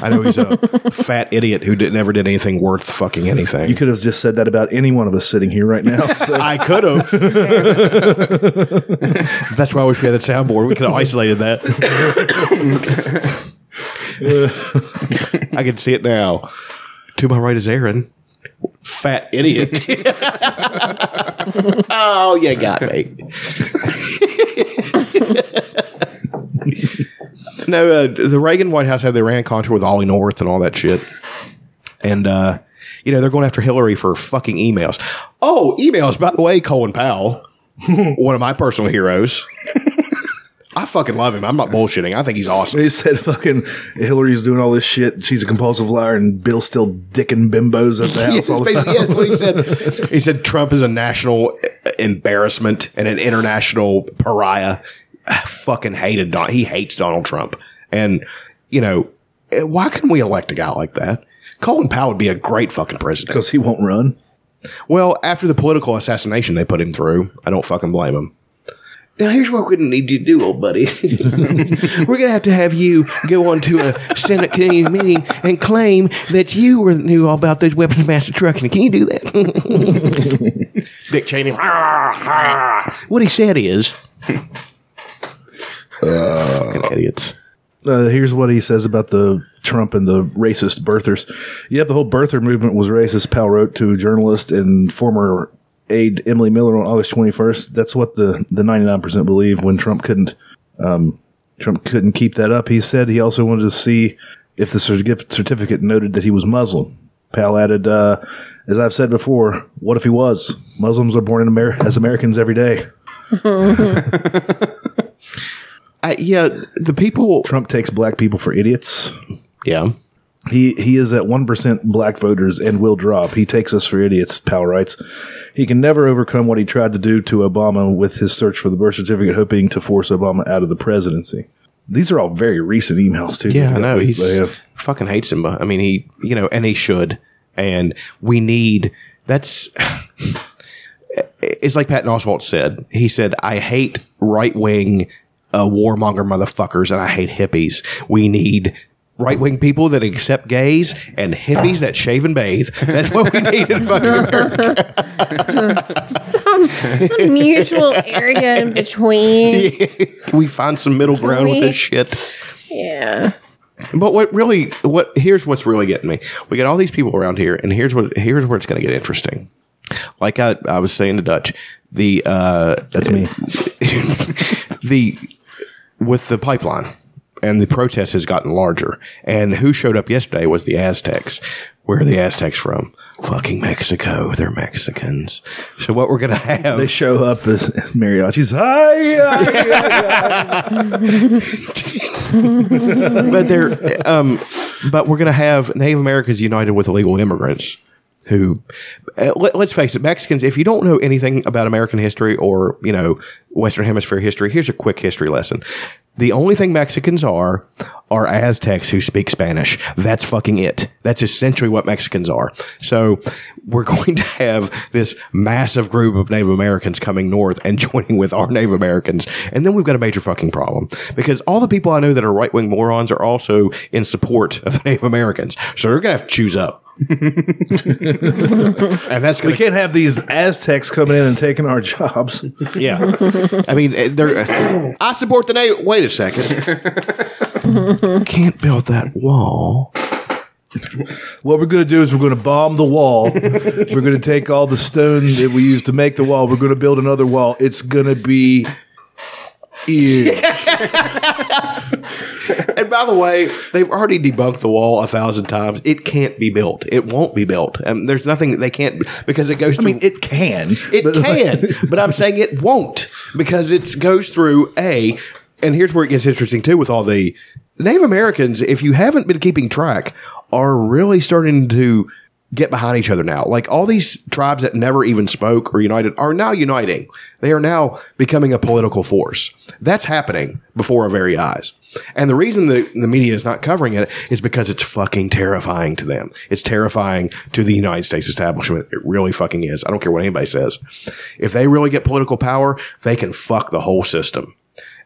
C: I know he's a fat idiot who did, never did anything worth fucking anything.
B: You could have just said that about any one of us sitting here
C: *laughs*
B: right now. So
C: I could have. *laughs* That's why I wish we had that soundboard. We could have isolated *laughs* that. I can see it now. To my right is Aaron. Fat idiot. *laughs* oh, you got *laughs* me. no, uh, the Reagan White House had the Iran Contra with Ollie North and all that shit. And, uh, you know, they're going after Hillary for fucking emails. Oh, emails, by the way, Colin Powell, *laughs* one of my personal heroes. *laughs* I fucking love him. I'm not bullshitting. I think he's
B: *laughs*
C: awesome.
B: they said fucking Hillary's doing all this shit. She's a compulsive liar, and Bill's still dicking bimbos at
C: *laughs*
B: the
C: Yeah,
B: house all the
C: basically,
B: time.
C: yeah, that's what he said. *laughs* He said Trump is a national uh, embarrassment and an international pariah. I fucking hated Don. He hates Donald Trump. And, you know, eh, why couldn't we elect a guy like that? Colin Powell would be a great fucking president.
B: Because he won't run.
C: Well, after the political assassination they put him through, I don't fucking blame him. Now here's what we're gonna need you to do, old buddy. *laughs* we're gonna have to have you go on to a Senate committee meeting and claim that you were knew all about those weapons of mass destruction. Can you do that? *laughs* Dick Cheney. what he said is Fucking idiots.
B: uh, here's what he says about the Trump and the racist birthers. Yep, the whole birther movement was racist. Powell wrote to a journalist and former aide Emily Miller on August 21st. That's what the the 99% believe. When Trump couldn't um, Trump couldn't keep that up, he said he also wanted to see if the certif- certificate noted that he was Muslim. Powell added, uh, "As I've said before, what if he was? Muslims are born in Amer- as Americans every day.
C: I, yeah, the people
B: Trump takes black people for idiots."
C: Yeah.
B: He he is at one percent black voters and will drop. He takes us for idiots. Powell writes, he can never overcome what he tried to do to Obama with his search for the birth certificate, hoping to force Obama out of the presidency. These are all very recent emails too.
C: Yeah, I know. He's
B: Yeah.
C: fucking hates him. but, I mean, he, you know, and he should. And we need that's. It's like Patton Oswalt said. He said, "I hate right wing uh, warmonger motherfuckers, and I hate hippies. We need." Right wing people that accept gays and hippies that shave and bathe. That's what we need in fucking *laughs* America.
D: Some, some mutual area in between.
C: Can we find some middle ground with this shit?
D: Yeah.
C: But what really, what here's what's really getting me. We got all these people around here, and here's what here's where it's going to get interesting. Like I, I was saying to Dutch, the uh,
B: That's me.
C: *laughs* the with the pipeline and the protest has gotten larger. And who showed up yesterday was the Aztecs. Where are the Aztecs from? Fucking Mexico. They're Mexicans. So what we're gonna have?
B: They show up as, as mariachis. Hi, hi.
C: but they're um, but we're gonna have Native Americans united with illegal immigrants, who uh, let, us face it mexicans if you don't know anything about american history or you know western hemisphere history here's a quick history lesson the only thing mexicans are are aztecs who speak spanish that's fucking it that's essentially what mexicans are so we're *laughs* going to have this massive group of native americans coming north and *laughs* joining with our native americans and then we've got a major fucking problem because all the people i know that are right-wing morons are also in support of the *laughs* native americans so they're going to have to choose
B: *laughs*
C: up and that's
B: We
C: going to
B: can't have these Aztecs coming in and taking our jobs.
C: yeah. I mean, eh, they're. *coughs* I support the Native. Wait a
B: *laughs*
C: second. can't build that wall.
B: What we're going to do is we're going to bomb the wall. we're going to take all the stone that we used to make the wall. We're going to build another wall. It's going to be huge.
C: And by the way, they've already debunked the wall a thousand times. It can't be built. It won't be built. Um, there's nothing that they can't because it goes.
B: I
C: through-
B: mean, it can.
C: It
B: but, like,
C: can, but I'm saying it won't because it goes through a. And here's where it gets interesting too with all the Native Americans. If you haven't been keeping track, are really starting to get behind each other now. Like all these tribes that never even spoke or united are now uniting. They are now Oh, becoming a political force. That's happening before our very eyes. And the reason the, the media is not covering it is because it's fucking terrifying to them. It's terrifying to the United States establishment. It really fucking is. I don't care what anybody says. If they really get political power, they can fuck the whole system.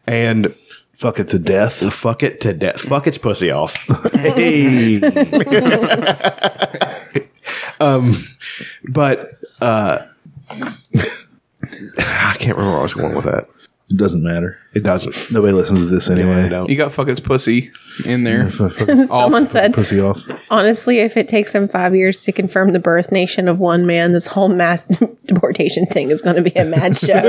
C: And
B: fuck it to death.
D: *laughs*
C: fuck it to death. Fuck its pussy off.
B: Hey.
C: But uh, *laughs* I can't remember where I was going with that.
B: It doesn't matter.
C: It doesn't.
B: Nobody listens to this
C: I
B: anyway.
C: don't.
E: You got fuck his pussy in there.
D: *laughs* Someone said,
B: Pussy off.
D: honestly, if it takes them five years to confirm the birth nation of one man, this whole mass *laughs* deportation thing is going to be a mad show.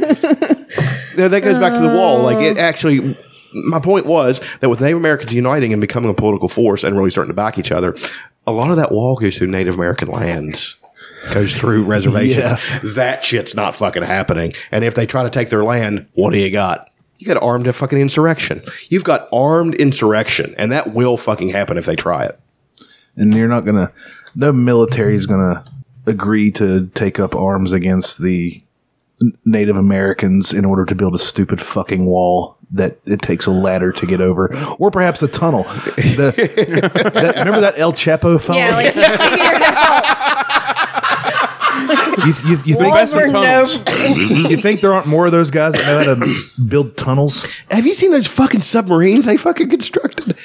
C: No, that goes back to the wall. Like
B: Uh.
C: it actually. My point was that with Native Americans uniting and becoming a political force and really starting to back each other, a lot of that wall goes through Native American lands, goes through reservations.
B: *laughs* Yeah.
C: That shit's not fucking happening. And if they try to take their land, what do you got? You got armed a fucking insurrection. You've got armed insurrection, and that will fucking happen if they try it.
B: and you're not gonna the military is gonna agree to take up arms against the Native Americans in order to build a stupid fucking wall that it takes a ladder to get over, or perhaps a tunnel. The- that- remember that El Chapo fella?
D: yeah, like, he's figured out
B: you, you, you
D: walls
E: best of
D: were no
E: tunnels.
B: think, you think there aren't more of those guys that know how to build tunnels?
C: Have you seen those fucking submarines they fucking constructed?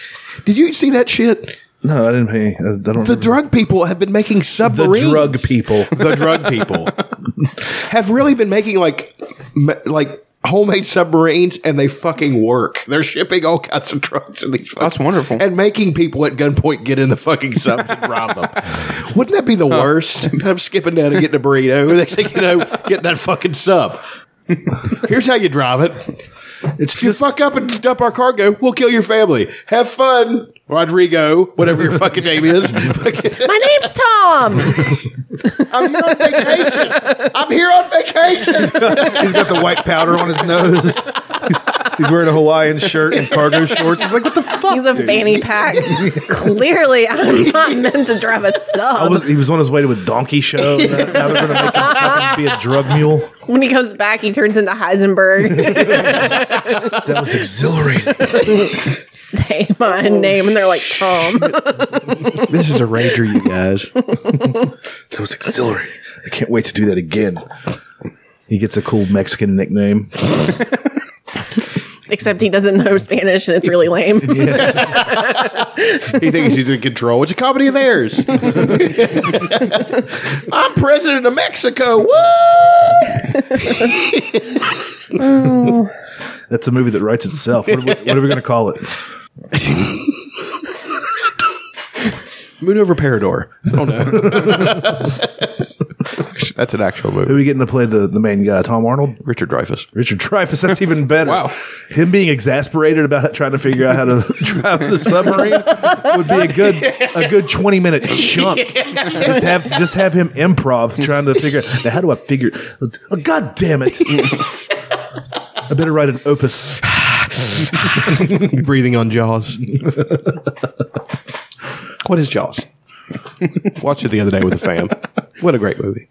C: Did you see that shit?
B: No, I didn't pay. I, I don't.
C: The
B: remember.
C: drug people have been making submarines.
B: drug people.
C: the drug people have really been making like m- like homemade submarines, and they fucking work. They're shipping all kinds of drugs in these. Fucking,
E: That's wonderful.
C: And making people at gunpoint get in the fucking subs and rob them. Wouldn't that be the worst? I'm skipping down and getting a burrito. *laughs* They think you know getting that fucking sub. Here's how you drive it.
B: It's
C: If you
B: just
C: fuck up and dump our cargo, we'll kill your family. Have fun, Rodrigo, whatever your fucking name is. *laughs* Fucking-
D: My name's Tom.
C: I'm here on vacation. I'm here on vacation.
B: *laughs* He's got the white powder on his
C: *laughs*
B: nose. He's wearing a Hawaiian shirt and cargo shorts. He's like, what the
D: *laughs*
B: fuck?
D: He's a
B: dude?
D: fanny
C: *laughs*
D: pack. Clearly, I'm not meant to drive a
B: I
D: sub.
B: was, he was on his way to a donkey *laughs* show. and Now they're going to make him fucking be a drug mule.
D: when he comes back, he turns into
C: *laughs*
D: Heisenberg.
B: That was exhilarating.
D: Say my
C: Oh,
D: name, and they're like Tom.
C: This is a rager, you guys.
B: *laughs* That was exhilarating. I can't wait to do that again. He gets a cool Mexican nickname.
D: Except he doesn't know Spanish, and it's really lame.
C: *laughs* *laughs* He thinks he's in control. It's a comedy of *laughs* errors. I'm president of Mexico. What?
B: That's a movie that writes itself. What are we, what are we going to call it?
C: Moon over Parador. Oh no. *laughs* That's an actual
B: Who are
C: movie.
B: we getting to play the, the main guy? Tom Arnold?
C: Richard Dreyfuss.
B: Richard Dreyfuss. That's even better.
E: Wow.
B: Him being exasperated about it, trying to figure out how to *laughs* drive the submarine would be a good a good twenty minute chunk. Just have just have him improv trying to figure out now, how do I figure. Oh, God damn it! I better write an opus.
C: Breathing on Jaws. What is Jaws? Watched it the other day with the fam. What a great movie.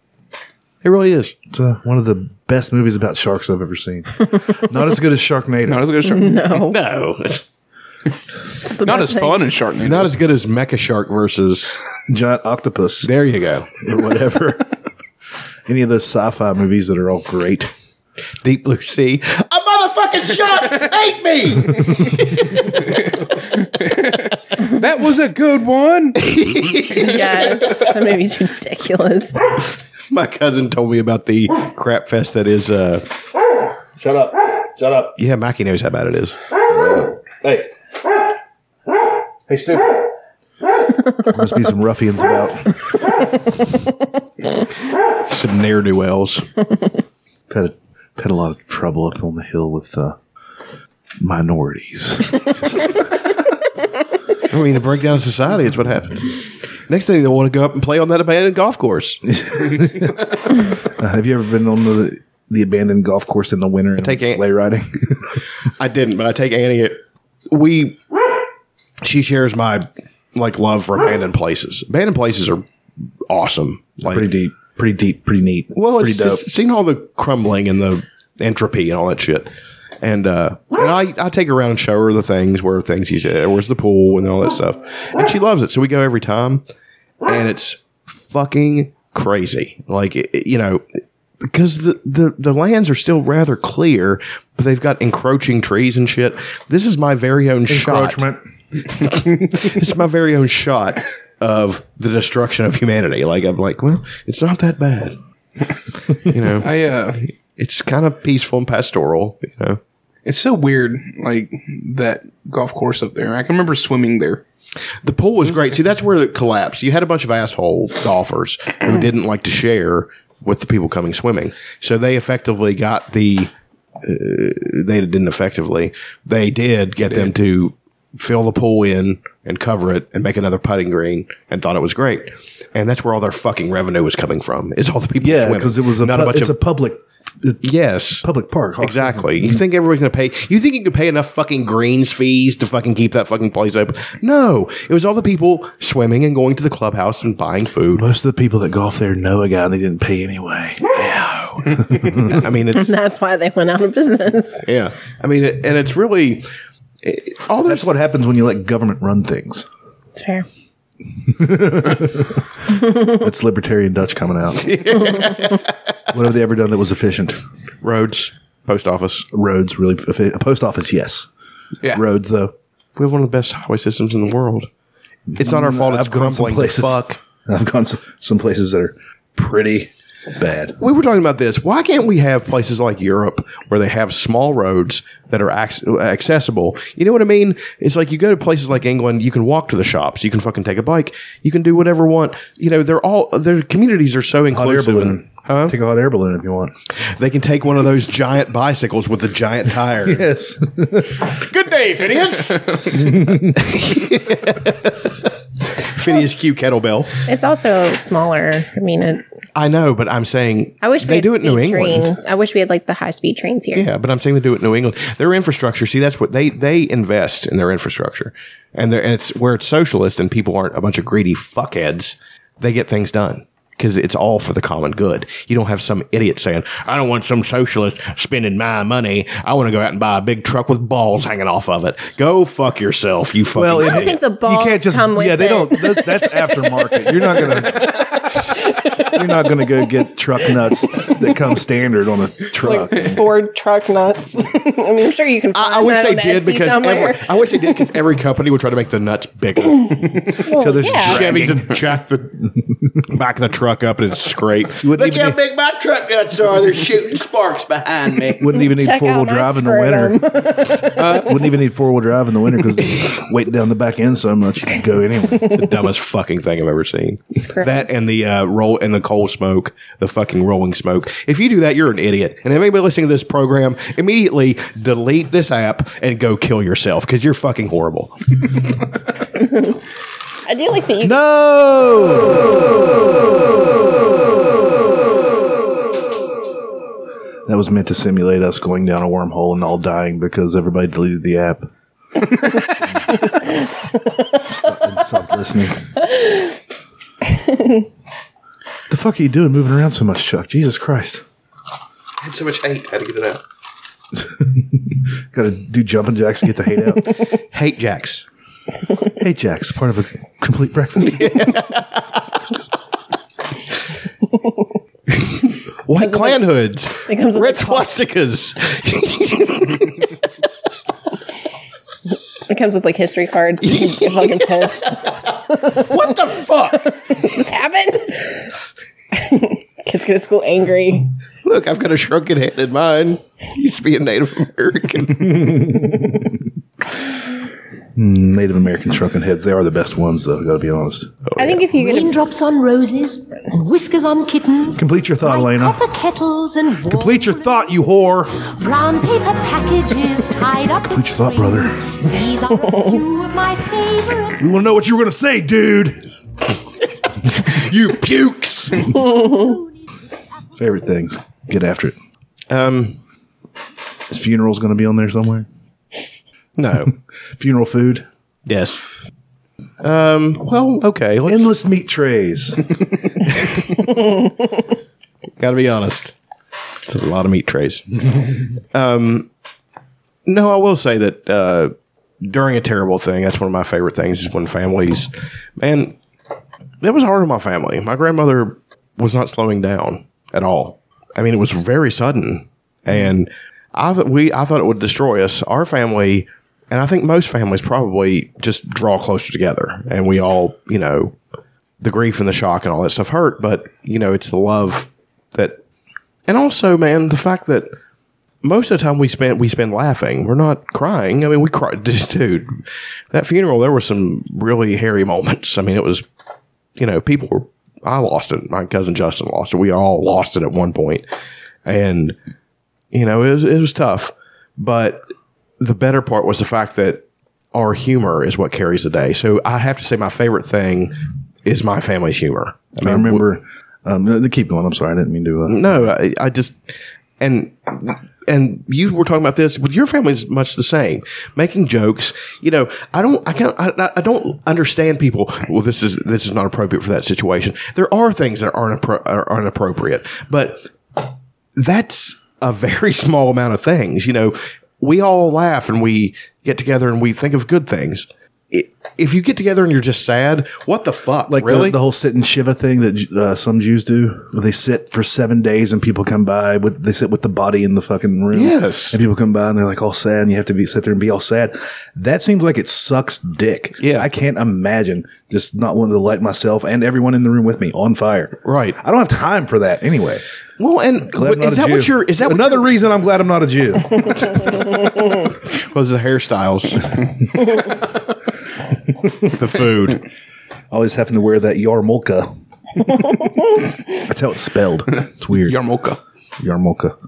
C: It really is.
B: It's uh, one of the best movies about sharks I've ever seen. Not as good as Sharknado.
E: Not as good as Sharknado.
C: No.
D: It's the
E: Not
D: best
E: as
D: thing.
E: fun as Sharknado.
C: Not as good as Mecha Shark versus.
B: Giant octopus
C: There you go.
B: or
E: *laughs*
B: whatever. Any of those sci-fi movies that are all great.
C: *laughs* Deep Blue Sea. A motherfucking shark ate me.
E: That was a good
B: *laughs*
E: one.
D: Yes, that movie's ridiculous.
C: *laughs* My cousin told me about the crap fest that is. Uh,
B: Shut up. Shut up.
C: yeah, Mackie knows how bad it is.
B: Hey. Hey, Stu. Must be some ruffians about.
C: Some ne'er do wells.
B: Had a, had a lot of trouble up on the hill with uh, minorities. *laughs*
C: I mean, the breakdown of society, it's what happens. Next thing, they want to go up and play on that abandoned golf course.
B: Uh, have you ever been on the the abandoned golf course in the winter and
C: take it.
B: sleigh
C: *laughs*
B: riding? *laughs*
C: I didn't, but I take Annie. It we she shares my like love for abandoned places. Abandoned places are awesome. Like,
B: pretty deep, pretty deep, pretty neat.
C: Well,
B: pretty
C: it's just seen all the crumbling and the entropy and all that shit. And uh, and I, I take her around and show her the things where things you said, where's the pool and all that stuff. And she loves it. So we go every time. And it's fucking crazy. Like, it- it- you know, because the, the, the lands are still rather clear, but they've got encroaching trees and shit. This is my very own shot.
B: Encroachment.
C: This is my very own shot of the destruction of humanity. Like, I'm like, well, it's not that bad. you know,
E: I uh,
C: it's kind of peaceful and pastoral, you know.
E: it's so weird, like that golf course up there. I can remember swimming there.
C: The pool was great. See, that's where it collapsed. You had a bunch of asshole golfers who *clears throat* didn't like to share with the people coming swimming. So they effectively got the uh, they didn't effectively. They did get them to fill the pool in and cover it and make another putting green and thought it was great. And that's where all their fucking revenue was coming from. Is all the people
B: Yeah,
C: swimming.
B: because it was a,
C: not
B: pu-
C: a bunch
B: it's
C: of
B: a public
C: yes
B: public park. huh?
C: Exactly. You think everybody's going to pay? You think you could pay enough fucking greens fees to fucking keep that fucking place open? No. It was all the people swimming and going to the clubhouse and buying
B: *laughs*
C: food.
B: Most of the people that golf there know a guy and they didn't pay anyway.
C: I
D: *laughs*
C: mean, it's
D: That's why they went out of business.
C: yeah. I mean, it, and it's really it, all
B: That's
C: those.
B: what happens when you let government run things.
D: It's fair.
B: That's libertarian Dutch coming
C: *laughs*
B: out. what have they ever done that was efficient?
C: roads, post office.
B: Roads, really. effi- A post office, yes.
E: Yeah,
B: Roads, though.
C: We have one of the best highway systems in the world. It's not our fault. It's
B: I've gone some
C: crumbling. to
B: places.
C: Fuck.
B: *laughs* I've gone some, some places that are pretty bad.
C: we were talking about this. Why can't we have places like Europe where they have small roads that are ac- accessible? You know what I mean? It's like you go to places like England, you can walk to the shops, you can fucking take a bike, you can do whatever you want. You know, they're all their communities are so
B: Hot air
C: inclusive. and
B: balloon. Take a hot air balloon if you want.
C: they can take one of those giant bicycles with the giant tire.
B: *laughs* Yes.
C: *laughs* Good day, *laughs* Phineas. Phineas Q kettlebell.
D: It's also smaller. I mean, it,
C: I know, but I'm saying
D: I wish we
C: they
D: had
C: do it in New
D: speed
C: England.
D: train. I wish we had like the high speed trains here.
C: Yeah, but I'm saying they do it in New England. Their infrastructure, see, that's what they they invest in their infrastructure, and they're, and it's where it's socialist and people aren't a bunch of greedy fuckheads. They get things done because it's all for the common good. You don't have some idiot saying, "I don't want some socialist spending my money. I want to go out and buy a big truck with balls hanging off of it." Go fuck yourself, you fucking.
B: it-
D: I don't think the balls come with
B: yeah, they
D: it.
B: don't. That, that's aftermarket. You're not gonna.
D: *laughs*
B: you're not gonna go get truck nuts that come standard on a truck.
D: Ford truck nuts. *laughs* I mean, I'm sure you can find
C: I, I wish
D: that on
C: they did
D: Etsy
C: because
D: somewhere.
C: every, I wish they did because every company would try to make the nuts bigger.
D: Well,
B: there's
D: yeah.
B: shit.
C: Chevy's and jack the back of the truck up and it's scrape.
B: wouldn't even need-
C: big my truck nuts are. They're shooting sparks behind me.
B: Wouldn't even need
D: Check
B: four wheel
D: out my
B: drive in the
D: scrotum.
B: winter.
D: *laughs*
B: Wouldn't even need four wheel drive in the winter because weight down the back end so much you can go anyway.
C: the *laughs* dumbest fucking thing I've ever seen.
D: gross.
C: That and the uh, roll and the coal smoke, the fucking rolling smoke. If you do that, you're an idiot. And if anybody listening to this program, immediately delete this app and go kill yourself because you're fucking horrible.
D: I do like that you
B: That was meant to simulate us going down a wormhole and all dying because everybody deleted the app. Stop listening. the fuck are you doing moving around so much, Chuck? Jesus Christ.
C: had so much hate. I had to get it out.
B: Got to do jumping jacks to get the hate out.
C: Hate jacks.
B: hate jacks, part of a complete breakfast.
C: White clan hoods.
D: It comes with
C: Red
D: the cost.
C: swastikas.
D: It comes with like history cards. You can just get
C: *laughs*
D: fucking pissed.
C: *laughs* what the fuck?
D: this happened. *laughs* Kids go to school angry.
C: Look, I've got a shrunken head in mine. Used to be a Native American. *laughs*
B: Native American shrunken heads, they are the best ones, though, gotta be honest.
C: Oh,
D: I think if you get a,
H: Raindrops on roses and whiskers on kittens.
B: Complete your thought,
H: like
B: Elena.
H: Copper kettles and warm
B: Complete your thought, you whore.
H: Brown paper packages tied up.
B: Complete your thought, brother.
H: brother. These are a few of
B: *laughs*
H: my favorite.
B: We want to know what you were gonna say, dude.
C: you pukes.
B: Favorite things. Get after it.
C: Um,
B: Is funeral's gonna be on there somewhere?
C: no.
B: Funeral food.
C: yes. Um, well, okay. Let's,
B: Endless
C: *laughs*
B: meat trays.
C: gotta be honest. It's a lot of meat *laughs* trays. um, no, I will say that uh, during a terrible thing, that's one of my favorite things is when families, man, that was hard on my family. My grandmother was not slowing down at all. I mean, it was very sudden, and I th- we I thought it would destroy us. Our family, and I think most families probably just draw closer together, and we all, you know, the grief and the shock and all that stuff hurt, but you know, it's the love that, and also, man, the fact that most of the time we spend we spend laughing. We're not crying. I mean, we cried, *laughs* dude. That funeral, there were some really hairy moments. I mean, it was, you know, people were. I lost it. My cousin Justin lost it. We all lost it at one point, and you know, it was, it was tough. But the better part was the fact that our humor is what carries the day. So I have to say, my favorite thing is my family's humor.
B: I remember. Um, no, keep going. I'm sorry. I didn't mean to. Uh,
C: No, I, I just and and you were talking about this with your family's much the same. Making jokes, you know, I don't, I can't, I, I don't understand people. Well, this is this is not appropriate for that situation. There are things that aren't appro- are aren't appropriate, but that's a very *laughs* small amount of things. You know, we all laugh and we get together and we think of good things. I- If you get together and you're just sad, what the fuck?
B: like
C: really?
B: the, the whole sit and shiva thing that uh, some Jews do, where they sit for seven days and people come by with they sit with the body in the fucking room.
C: Yes.
B: and people come by and they're like all sad, and you have to be sit there and be all sad. That seems like it sucks dick.
C: Yeah.
B: I can't imagine just not wanting to light myself and everyone in the room with me on fire.
C: Right.
B: I don't have time for that anyway.
C: well, and
B: Glad I'm not
C: is
B: a
C: that what
B: Jew.
C: you're? Is that what
B: another
C: you're-
B: reason I'm glad I'm not a Jew?
C: Was the hairstyles, the food.
B: Always having to wear that yarmulke. That's how it's spelled. It's weird.
E: Yarmoka.
B: yarmulke.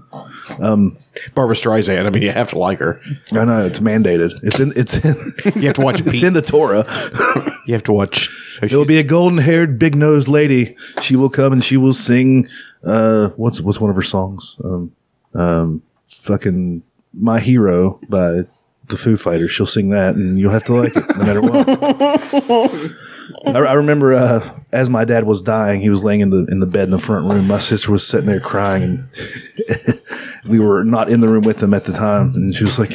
C: Barbara Streisand. I mean, you have to like her.
B: I know it's mandated. It's in. It's in. *laughs*
C: You have to watch.
B: It's
C: Pete.
B: in the Torah.
C: you have to watch.
B: It will be a golden-haired, big-nosed lady. She will come and she will sing. Uh, what's what's one of her songs? Um, um, fucking my hero by the Foo Fighters. She'll sing that, and you'll have to like it no matter what. I, I remember uh, as my dad was dying, he was laying in the in the bed in the front room. My sister was sitting there crying, and *laughs* we were not in the room with him at the time, and she was like,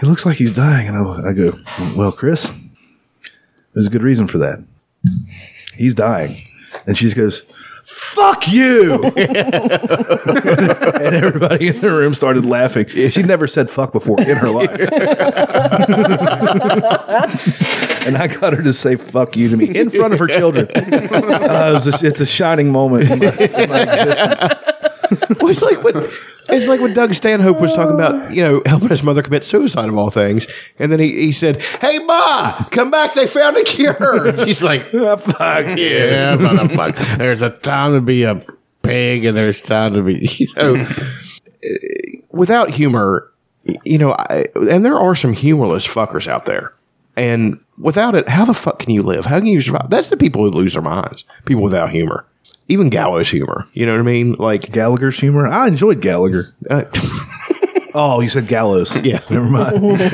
B: "He looks like he's dying," and I, I go, "Well, Chris." There's a good reason for that he's dying. And she just goes, fuck
C: *laughs*
B: you. and everybody in the room started laughing. She never said fuck before in
C: *laughs*
B: her life. and I got her to say fuck you to me in front of her children. Uh, it was a, it's a shining moment. in my-
C: *laughs*
B: in my existence.
C: Well, *laughs* it's like what it's like when Doug Stanhope was talking about, you know, helping his mother commit suicide of all things, and then he, he said, "Hey, ma, come back! They found a cure." She's like,
B: fuck you.
C: "Yeah, *laughs* motherfucker. There's a time to be a pig, and there's time to be, *laughs* you know." Uh, Without humor, y- you know, I, and there are some humorless fuckers out there, and without it, how the fuck can you live? How can you survive? That's the people who lose their minds. People without humor, even gallows humor. You know what I mean? Like.
B: Gallagher's humor. I enjoyed Gallagher.
C: Uh,
B: Oh, you said Gallows.
C: Yeah.
B: Never mind. *laughs* I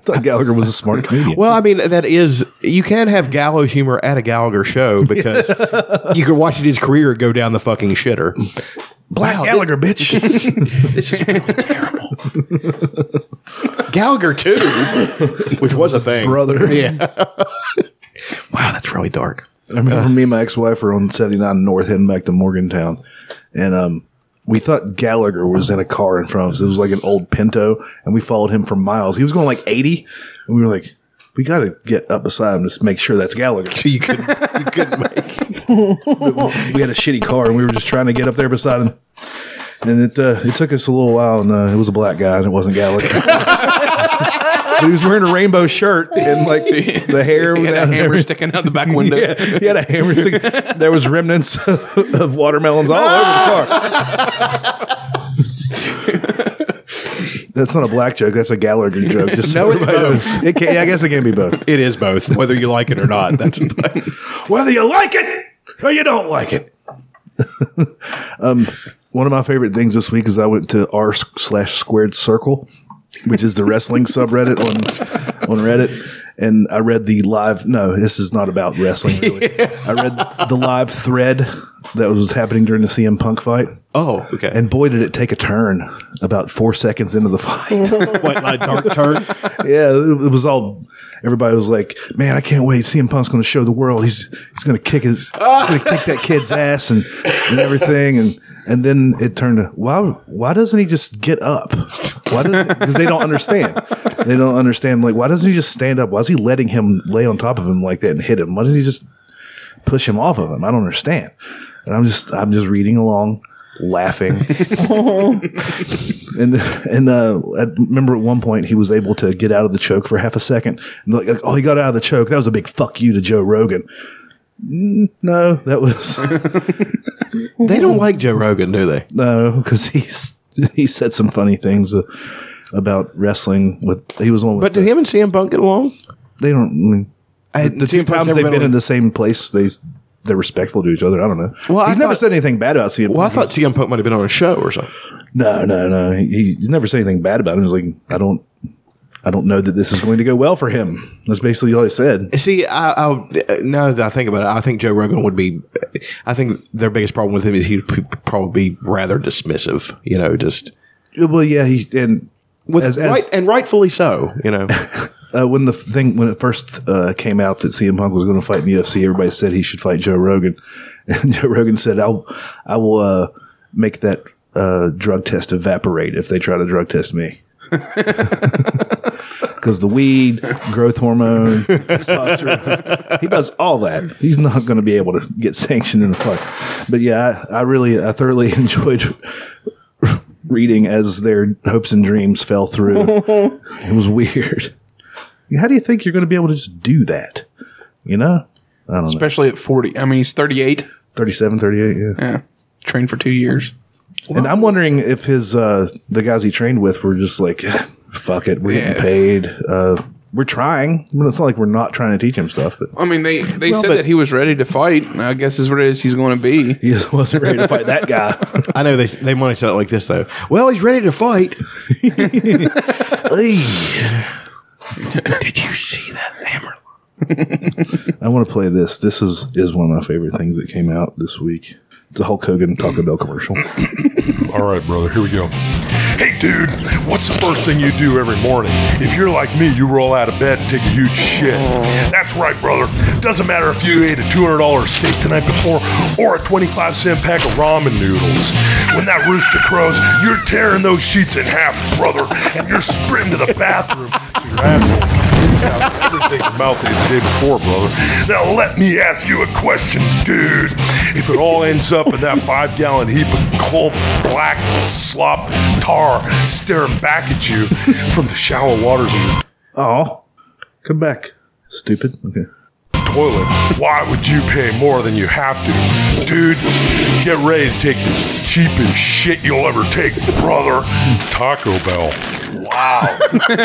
B: thought Gallagher was a smart comedian.
C: *laughs* Well, I mean, that is you can have gallows humor at a Gallagher show *laughs* because you can watch his career go down the fucking shitter.
B: Black
C: wow,
B: Gallagher,
C: *laughs*
B: bitch. *laughs*
C: This is really terrible. *laughs* Gallagher too, which was a thing.
B: brother.
C: Yeah. wow, that's really dark.
B: I
E: Uh.
B: remember me and my ex-wife were on 79 North heading back to Morgantown. And um, we thought Gallagher was in a car in front of us. It was like an old Pinto. And we followed him for miles. He was going like 80. And we were like, we got to get up beside him to make sure that's
E: *laughs*
B: Gallagher.
C: So you couldn't you couldn't make
B: we had a shitty car and we were just trying to get up there beside him. And it uh, it took us a little while, and uh, it was a black guy, and it wasn't Gallagher. *laughs* but he was wearing a rainbow shirt and like the, the hair
E: He had a
B: down *laughs*
E: hammer
B: there.
E: sticking out the
C: *laughs*
E: back window.
B: Yeah, he had a hammer. stick. There was remnants of, of watermelons all over the car.
C: *laughs*
B: That's not a black joke. That's a Gallagher
C: *laughs*
B: joke. Just
C: No,
B: so
C: it's
B: everybody
C: both.
B: knows. It can, yeah, I guess it can be both.
C: it is both, whether you like it or not. *laughs* That's
B: whether you like it or you don't like *laughs* it. um, one of my favorite things this week is I went to r slash squared circle, which is the wrestling subreddit on on Reddit, and I read the live. No, this is not about wrestling. Really, I read the live thread that was happening during the CM Punk fight,
C: Oh, okay.
B: and boy, did it take a turn about four seconds into the fight.
C: what like dark turn?
B: *laughs* Yeah, it it was all. Everybody was like, "Man, I can't wait! CM Punk's going to show the world. He's he's going to kick his, going to kick that kid's ass and and everything." And and then it turned to why why doesn't he just get up? Why does because they don't understand. They don't understand. Like, why doesn't he just stand up? Why is he letting him lay on top of him like that and hit him? Why doesn't he just push him off of him? I don't understand. And I'm just I'm just reading along, laughing and *laughs* and uh, I remember at one point he was able to get out of the choke for half a second. And like, like, oh, he got out of the choke. That was a big fuck you to Joe Rogan. Mm, No,
C: *laughs*
B: that was
C: *laughs* They don't like Joe Rogan, do they?
B: no because he's he said some funny things uh, about wrestling. With he was on, with
C: But do him and CM Punk get along?
B: they don't. I mean,
C: I,
B: the two times they've been in the same place, they they're respectful to each other. I don't know.
C: Well, I
B: he's never
C: thought-
B: said anything bad about CM.
C: Well, I
B: Punk.
C: thought CM Punk might have been on a show or something.
B: No, no, no. He, he never said anything bad about him. He's like, I don't, I don't know that this is going to go well for him. That's basically all he said.
C: See, I, I now that I think about it, I think Joe Rogan would be. I think their biggest problem with him is he'd p- probably be rather dismissive. You know, just
B: Well, yeah, he and
C: with
B: As- as-
C: right and rightfully so. You know,
B: uh, when the thing when it first uh, came out that CM Punk was going to fight in the UFC, everybody said he should fight Joe Rogan, *laughs* and Joe Rogan said, "I'll, I will uh, make that uh, drug test evaporate if they try to drug test me." *laughs* Because the weed, growth hormone, testosterone, he does all that. He's not going to be able to get sanctioned in a fight. But yeah, I, I really, I thoroughly *laughs* enjoyed reading as their hopes and dreams fell through. it was weird how do you think you're going to be able to just do that? You know,
E: Especially at 40. I mean, he's 38.
B: 37, 38. Yeah.
E: Yeah. Trained for two years.
B: And I'm wondering if his, uh, the guys he trained with were just like, *laughs* fuck it. We're getting paid. Uh, we're trying. I mean, it's not like we're not trying to teach him stuff, but *laughs*
E: I mean, they, they said
C: but-
E: that he was ready to fight. I guess is what it is he's going to be.
B: he wasn't ready to fight that guy.
C: *laughs* I know they they might have said it like this though. Well, he's ready to fight. Did you see that hammer?
B: I want to play this. This is, is one of my favorite things that came out this week. It's a Hulk Hogan Taco Bell commercial.
I: All right, brother, here we go. Hey, dude, what's the first thing you do every morning? If you're like me, you roll out of bed and take a huge shit. That's right, brother. Doesn't matter if you ate a $200 steak the night before or a 25 cent pack of ramen noodles. When that rooster crows, you're tearing those sheets in half, brother, and you're sprinting to the bathroom *laughs* to your asshole. Now, everything your mouth ate the day before, brother. Now let me ask you a question, dude. If it all ends up in that five-gallon heap of coal, black slop, tar staring back at you from the shallow waters of your
B: Oh, come back. Stupid. Okay.
I: toilet, why would you pay more than you have to? Dude, get ready to take the cheapest shit you'll ever take, brother. Taco Bell. Wow. did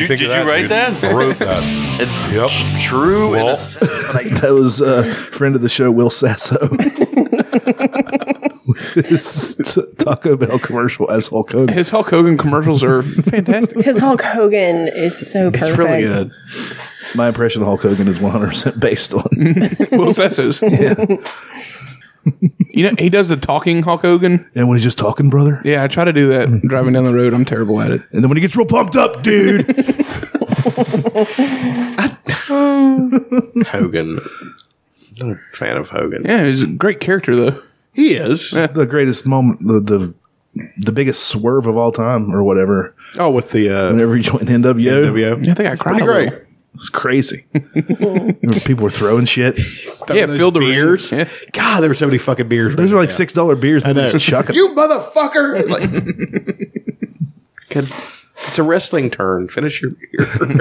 I: you,
J: did you write that?
I: I wrote that.
J: It's
I: Yep.
J: tr- true in
I: Well.
J: a
B: *laughs*
J: sense, but I
B: That was uh, friend of the show, Will Sasso. his Taco Bell commercial as Hulk
E: *laughs*
B: Hogan.
E: His Hulk Hogan commercials are
D: *laughs*
E: fantastic.
D: Because Hulk Hogan is so perfect.
C: It's really good.
B: My impression of Hulk Hogan is 100% based on.
E: *laughs*
B: *laughs*
E: Little *laughs* Sessos. you know, he does the talking Hulk Hogan.
B: and when he's just talking, brother.
E: Yeah, I try to do that driving down the road. I'm terrible at it.
B: And then when he gets real pumped
C: *laughs*
B: up, dude.
C: Hogan. Not a fan of Hogan.
E: Yeah, he's a great character though.
C: He is.
B: the greatest moment, the, the the biggest swerve of all time or whatever.
C: Oh, with the uh,
B: Whenever he joined NWO, it
C: NWO.
E: I think I cried.
C: Pretty
E: a
C: great.
E: little.
B: was
C: *laughs*
B: crazy. People were throwing shit.
E: Yeah,
C: Those
E: filled the
C: beers.
E: beers. Yeah.
C: God, there were so many fucking beers.
B: Those are like
C: Yeah.
B: six dollar beers.
C: I
B: and
C: know.
B: Just
C: *laughs*
B: chucking.
C: You motherfucker! *laughs* Like- God, it's a wrestling turn. Finish your beer.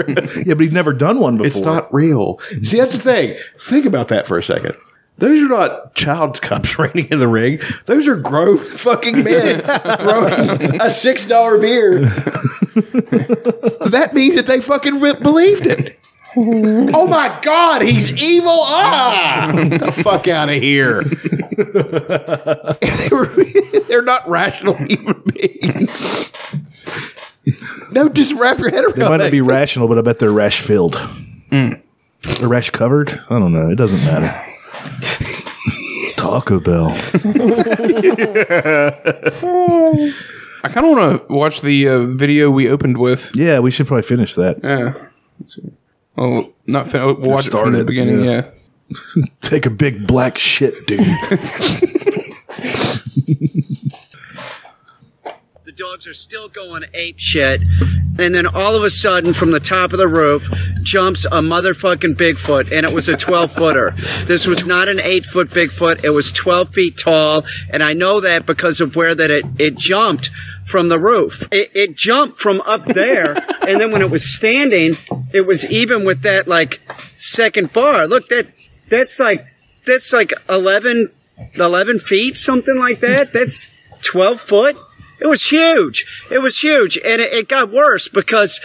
C: *laughs*
B: yeah, but he'd never done one before.
C: it's not real. See, that's the thing. Think about that for a second. Those are not *laughs* child's cups raining in the ring. Those are grown *laughs* fucking
B: *laughs*
C: men throwing a six dollar beer. that means that they fucking re- believed it. oh my god, he's evil! Ah, Get the fuck out of here. *laughs* they were, they're not rational human beings. No, just wrap your head around.
B: They might not
C: *laughs* that.
B: be rational, but I bet they're rash filled. Or rash covered? I don't know. It doesn't matter. Taco Bell.
E: I kind of want to watch the uh, video we opened with.
B: Yeah, we should probably finish that.
E: Oh, not fin- we'll watch it from the
B: started,
E: beginning.
B: yeah.
E: Yeah.
B: Take a big black shit, dude.
A: The dogs are still going ape shit. And then all of a sudden, from the top of the roof, jumps a motherfucking Bigfoot, and it was a 12 footer. This was not an 8 foot Bigfoot, it was 12 feet tall, and I know that because of where that it, it jumped from the roof. It, it jumped from up there, and then when it was standing, it was even with that like second bar. Look, that that's like that's like 11, 11 feet, something like that. That's 12 foot. It was huge. It was huge, and it, it got worse because,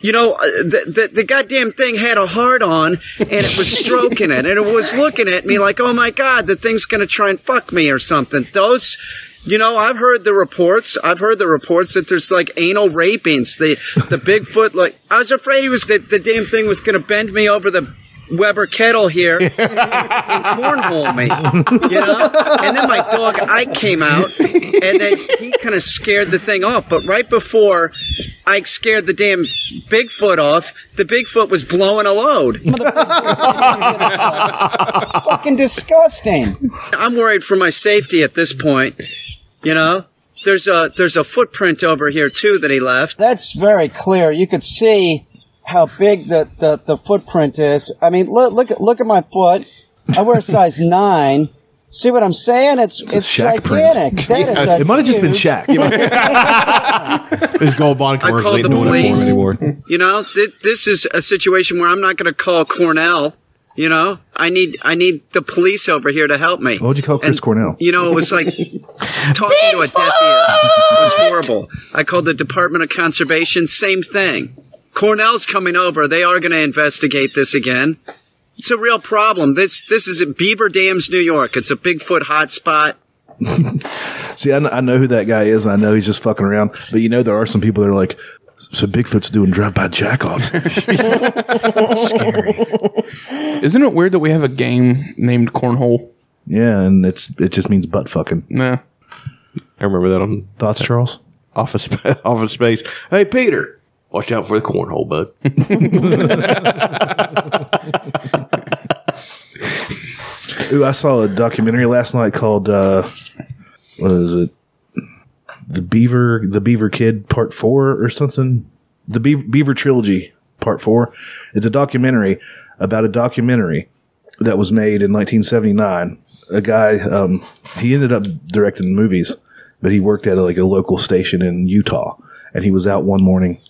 A: you know, uh, the, the the goddamn thing had a heart on, and it was stroking it, and it was looking at me like, oh my god, the thing's gonna try and fuck me or something. Those. You know, I've heard the reports. I've heard the reports that there's like anal rapings. The the Bigfoot, like I was afraid he was that the damn thing was going to bend me over the Weber kettle here and, and cornhole me, you know. And then my dog Ike came out, and then he kind of scared the thing off. But right before Ike scared the damn Bigfoot off, the Bigfoot was blowing a load. fucking disgusting. I'm worried for my safety at this point, you know. There's a there's a footprint over here too that he left. That's very clear. You could see how big the, the, the footprint is. I mean, look look at look at my foot. I wear a size nine. See what I'm saying? It's it's,
B: Shaq print.
J: gigantic. That is a
B: It might have just been
J: huge-
B: Shaq.
C: This Gold Bond commercial
A: called
C: ain't
A: the
C: doing it for him
A: police.
C: anymore.
A: You know, th- this is a situation where I'm not going to call Cornell. You know, I need I need the police over here to help me.
B: What'd you call Chris
A: And,
B: Cornell?
A: You know, it
B: *laughs*
A: was like talking to a deaf ear. It was horrible. I called the Department of Conservation. Same thing. Cornell's coming over. They are going to investigate this again. It's a real problem. This this is in Beaver Dams, New York. It's a Bigfoot hotspot.
B: See, I know, I know who that guy is, and I know he's just fucking around. But you know, there are some people that are like, "So Bigfoot's doing drive-by jackoffs."
E: Isn't it weird that we have a game named Cornhole?
B: yeah, and it's it just means butt fucking.
E: Nah.
C: I remember that on
B: Thoughts, Charles?
C: Office *laughs* Office Space. Hey, Peter, watch out for the cornhole, bud.
B: Ooh, I saw a documentary last night called uh, what is it? The Beaver, the Beaver Kid Part Four or something. The Be- Beaver Trilogy Part Four. It's a documentary about a documentary that was made in 1979. A guy, um, he ended up directing movies, but he worked at like a local station in Utah, and he was out one morning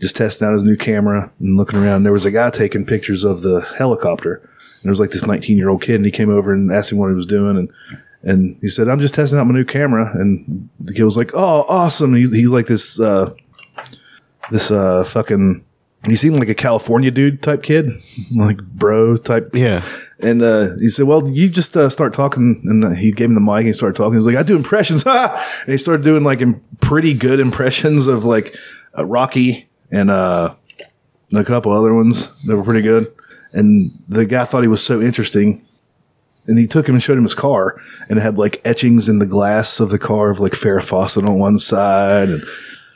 B: just testing out his new camera and looking around. There was a guy taking pictures of the helicopter. And there was like this 19 year old kid, and he came over and asked him what he was doing. And, and he said, I'm just testing out my new camera. And the kid was like, Oh, awesome. And he, he like this, uh, this, uh, *laughs* fucking, he seemed like a California dude type kid, like bro type.
C: Yeah.
B: And uh, he said, "Well, you just uh, start talking." And uh, he gave him the mic and he started talking. He's like, "I do impressions," *laughs* ha!" and he started doing like im- pretty good impressions of like uh, Rocky and uh, a couple other ones that were pretty good. And the guy thought he was so interesting, and he took him and showed him his car, and it had like etchings in the glass of the car of like Farrah Fawcett on one side and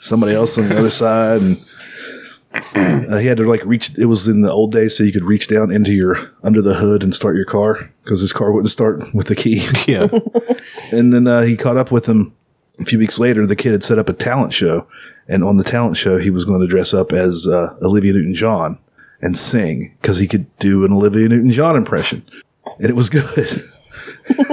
B: somebody else on the other *laughs* side, and uh, he had to like reach. It was in the old days, so you could reach down into your under the hood and start your car because his car wouldn't start with the key.
C: Yeah.
B: *laughs* and then uh, he caught up with him a few weeks later. The kid had set up a talent show, and on the talent show, he was going to dress up as uh, Olivia Newton John and sing because he could do an Olivia Newton John impression, and it was good.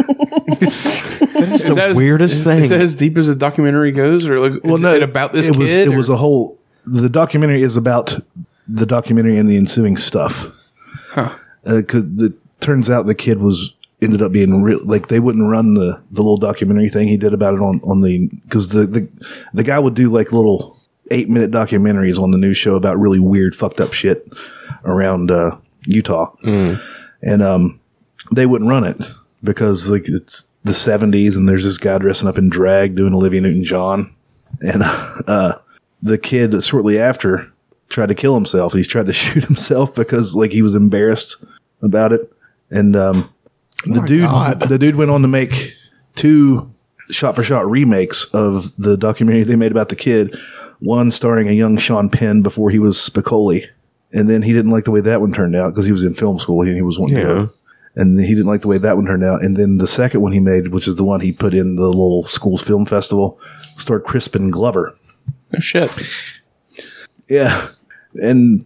B: *laughs*
E: Is that as-
J: weirdest thing.
E: Is that as deep as the documentary goes, or like, well, no, it about this
B: it
E: kid?
B: was it
E: or-
B: was a whole. The documentary is about the documentary and the ensuing stuff. Huh. Because it turns out the kid was ended up being real. Like they wouldn't run the the little documentary thing he did about it on on the because the the the guy would do like little eight minute documentaries on the news show about really weird fucked up shit around uh, Utah,
E: Mm.
B: and um they wouldn't run it because like it's the 70s and there's this guy dressing up in drag doing Olivia Newton John and *laughs* uh, the kid shortly after tried to kill himself. He's tried to *laughs* shoot himself because like he was embarrassed about it. And um, the dude, the dude went on to make two shot-for-shot remakes of the documentary they made about the kid. One starring a young Sean Penn before he was Spicoli, and then he didn't like the way that one turned out because he was in film school and he was wanting to go. And he didn't like the way that one turned out. And then the second one he made, which is the one he put in the little school film festival, starred Crispin Glover.
E: Oh, shit.
B: Yeah, *laughs* and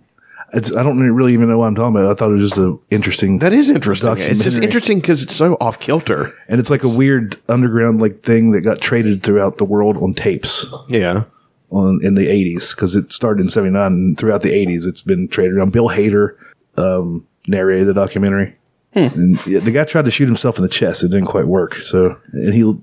B: it's, I don't really even know what I'm talking about. I thought it was just an interesting.
C: That is interesting. It's just
B: Documentary.
C: interesting because it's so off kilter.
B: and it's like a weird underground like thing that got traded throughout the world on tapes
C: Yeah.
B: on in the 80s because it started in 79 and throughout the 80s it's been traded around. Bill Hader um, narrated the documentary. And yeah, the guy tried to shoot himself in the chest. It didn't quite work. So, and he,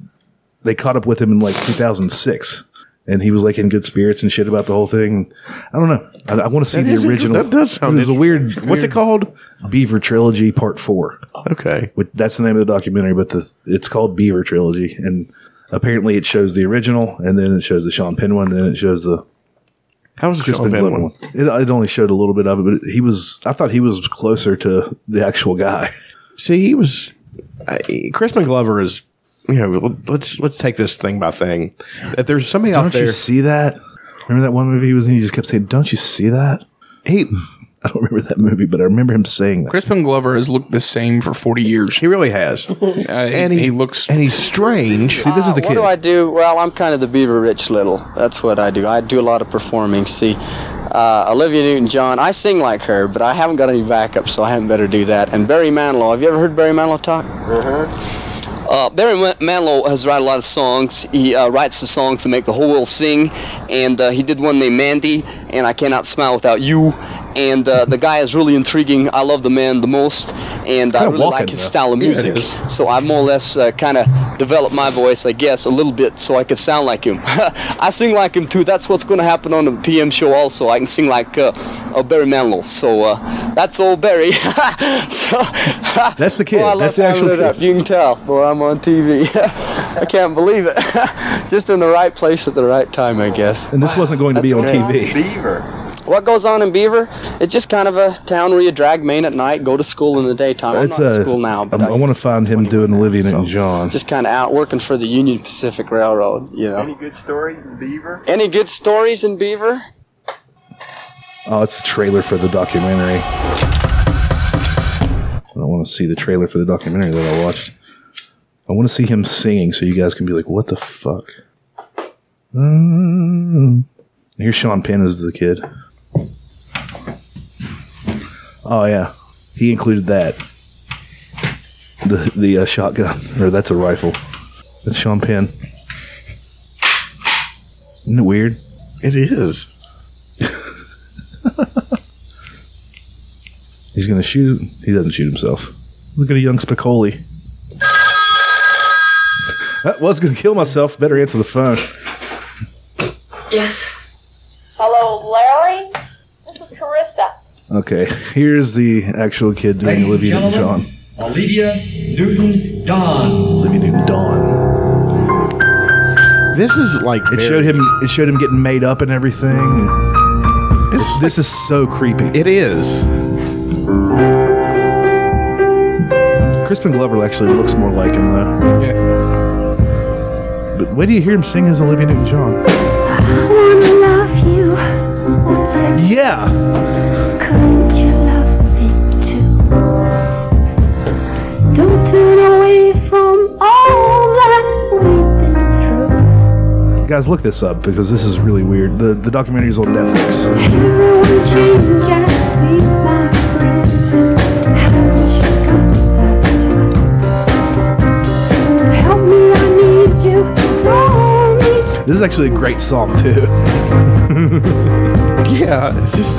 B: they caught up with him in like 2006, and he was like in good spirits and shit about the whole thing. I don't know. I, I want to see the
C: is inter-
B: original.
C: that does sound
B: There's a weird.
C: What's it
B: weird-
C: called?
B: Beaver Trilogy Part Four.
C: Okay.
B: Which, that's the name of the documentary, but the it's called Beaver Trilogy, and apparently it shows the original, and then it shows the Sean Penn one, and then it shows the
C: How was Crispin
B: Crispin
C: Glover?
B: Glover one. It, it only showed a little bit of it, but he was I thought he was closer to the actual *laughs* guy.
C: See, he was I, Crispin Glover is. You know, let's let's take this thing by thing. That there's somebody out
B: Don't
C: there.
B: you see that? Remember that one movie he was in? He just kept saying, "Don't you see that?"
C: he
B: I don't remember that movie, but I remember him saying that.
E: Crispin Glover has looked the same for 40 years.
C: he really
E: *laughs*
C: has,
E: Uh,
C: and
E: and he,
C: he's-
E: looks.
C: and he's strange.
B: See, this is the kid.
K: What do I do? Well, I'm kind of the Beaver Rich Little. That's what I do. I do a lot of performing. See, uh, Olivia Newton-John, I sing like her, but I haven't got any backup, so I haven't better do that. And Barry Manilow, have you ever heard Barry Manilow talk? Uh, Barry Ma- Manilow has written a lot of songs. He uh, writes the songs to make the whole world sing, and uh, he did one named Mandy, and I Cannot Smile Without You. And uh, the guy is really intriguing. I love the man the most, and I
B: Kinda
K: really
B: walking,
K: like his
B: though.
K: style of music.
C: is.
K: so I more or less uh, kind of developed my voice, I guess, a little bit, so I could sound like him. *laughs* I sing like him too. That's what's going to happen on the PM show. Also, I can sing like uh, uh, Barry Manilow. So uh, that's old Barry. *laughs* so, *laughs*
B: That's the kid.
K: Oh, I love
B: That's the actual
K: having it
B: kid.
K: up. You can tell. Boy, I'm on TV. *laughs* I can't believe it. *laughs* Just in the right place at the right time, I guess.
B: And this wasn't going to be on
K: That's
B: TV.
K: What goes on in Beaver? It's just kind of a town where you drag main at night, go to school in the daytime. I'm
B: It's
K: not
B: uh,
K: at school now, but
B: I'm- I want to find him doing Olivia Newton John.
K: just kind of out working for the Union Pacific Railroad. You know. Any good stories in Beaver? Any good stories in Beaver?
B: Oh, it's the trailer for the documentary. I don't want to see the trailer for the documentary that I watched. I want to see him singing so you guys can be like, what the fuck? Mm. Here's Sean Penn as the kid. Oh, yeah. He included that. The, the uh, shotgun. Or that's a rifle. That's Sean Penn. Isn't it weird?
C: It is.
B: He's gonna shoot. He doesn't shoot himself. Look at a young Spicoli. I was gonna kill myself. Better answer the phone.
H: Yes.
L: Hello, Larry. This is Carissa.
B: Okay, here's the actual kid doing Olivia Newton John.
J: Olivia Newton Don.
B: Olivia Newton Dawn.
C: This is like
B: it showed him. It showed him getting made up and everything. This, this is so creepy.
C: It is.
B: Crispin Glover actually looks more like him though.
E: Yeah.
B: But where do you hear him sing as Olivia Newton John?
H: I wanna love you. Was it?
B: Yeah.
H: Couldn't you love me too? Don't turn away from all that we've been through.
B: Guys, look this up because this is really weird. The the documentary is on Netflix.
H: Everyone changes, be my friend. Haven't you got the time? Help me, I need you. Throw me.
B: This is actually a great song *laughs* too.
C: yeah, it's just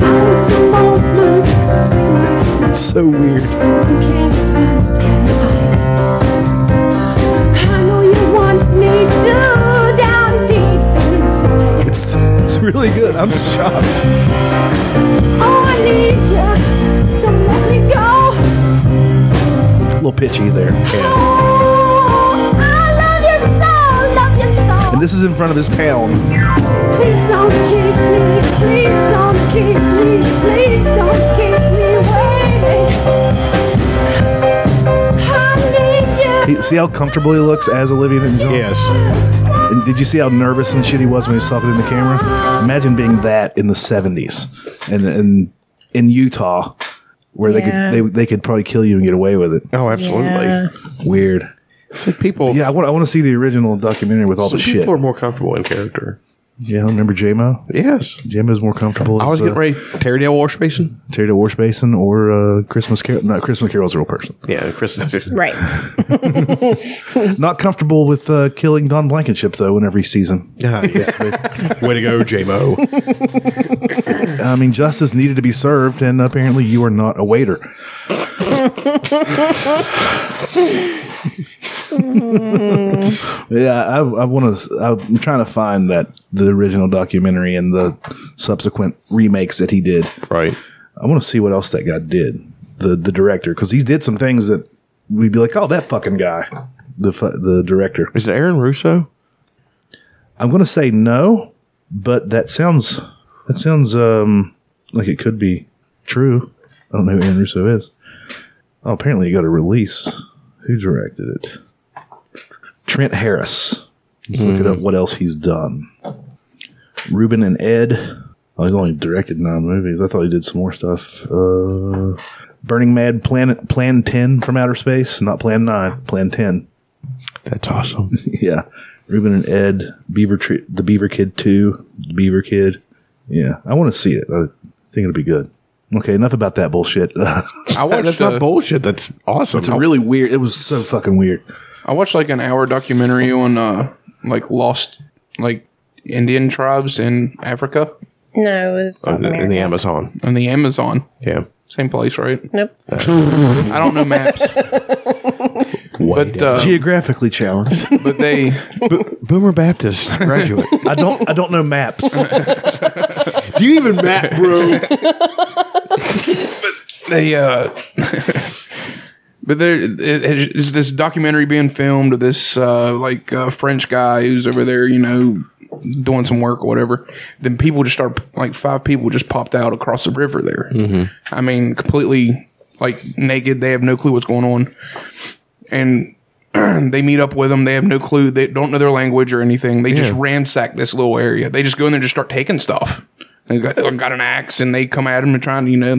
H: Now's the moment.
B: It's so weird.
H: You can't run and hide. I know you want me to down deep inside.
B: It's it's really good. I'm shocked.
H: Oh, I need you. Don't let me go.
B: A little pitchy there.
H: Oh, I love you so, love you so.
B: And this is in front of his town.
H: Please don't keep me, please don't keep me, please don't keep me waiting. I need you.
B: He, see how comfortable he looks as Olivia Newton John.
C: yes.
B: And did you see how nervous and shit he was when he was talking in the camera? Imagine being that in the seventies, and and in Utah, where
D: Yeah.
B: they could they, they could probably kill you and get away with it.
C: Oh, absolutely.
D: Yeah.
B: Weird.
C: It's like people.
B: Yeah, I want I want to see the original documentary with all
E: Some
B: the
E: people
B: shit.
E: are more comfortable in character.
B: yeah, remember JMO?
C: Yes.
B: JMO's more comfortable.
C: I was getting ready. Terradale Wash Basin.
B: Terry Wash Basin or uh, Christmas Carol. No, Christmas Carol's a real person.
C: Yeah, Chris.
B: *laughs*
D: Right.
B: Not comfortable with uh, killing Don Blankenship though. In every season,
C: *laughs* Yeah, yeah. Way to go, JMO.
B: I mean, justice needed to be served, and apparently you are not a waiter. *laughs* yeah, I, I want to. I'm trying to find that the original documentary and the subsequent remakes that he did.
C: Right.
B: I want to see what else that guy did. The the director, because he did some things that we'd be like, oh, that fucking guy. The fu- the director.
C: Is it Aaron Russo?
B: I'm gonna say no, but that sounds that sounds um like it could be true. I don't know who Aaron Russo is. Oh, apparently you got a release. Who directed it? Trent Harris. Let's look it up. What else he's done? Ruben and Ed. Oh, he's only directed nine movies. I thought he did some more stuff. Uh, Burning Mad, Planet Plan Ten from Outer Space, not Plan Nine, Plan Ten.
C: That's awesome.
B: Yeah. Ruben and Ed, Beaver Tree, The Beaver Kid 2, The Beaver Kid. Yeah. I want to see it. I think it'll be good. Okay, enough about that bullshit. *laughs* it's
C: I want. That's
E: uh,
C: not bullshit. That's awesome.
B: a really weird. It was so fucking weird.
E: I watched like an hour documentary on uh like lost like Indian tribes in Africa
D: No, it was South
C: in,
D: America.
C: Oh, the Amazon.
E: and the Amazon.
C: Yeah.
E: Same place, right?
D: Nope.
E: I don't know *laughs* maps, but uh,
B: Geographically challenged.
E: but they
C: Bo- Boomer Baptist graduate.
B: I don't I don't know maps.
C: *laughs* Do you even map, bro?
E: they uh but there it, it- it's this documentary being filmed of this uh like uh, french guy who's over there you know doing some work or whatever then people just start like five people just popped out across the river there i mean completely like naked they have no clue what's going on and *clears throat* they meet up with them they have no clue they don't know their language or anything they just
C: Yeah.
E: ransack this little area they just go in there and just start taking stuff they got, got an axe and they come at him and trying to you know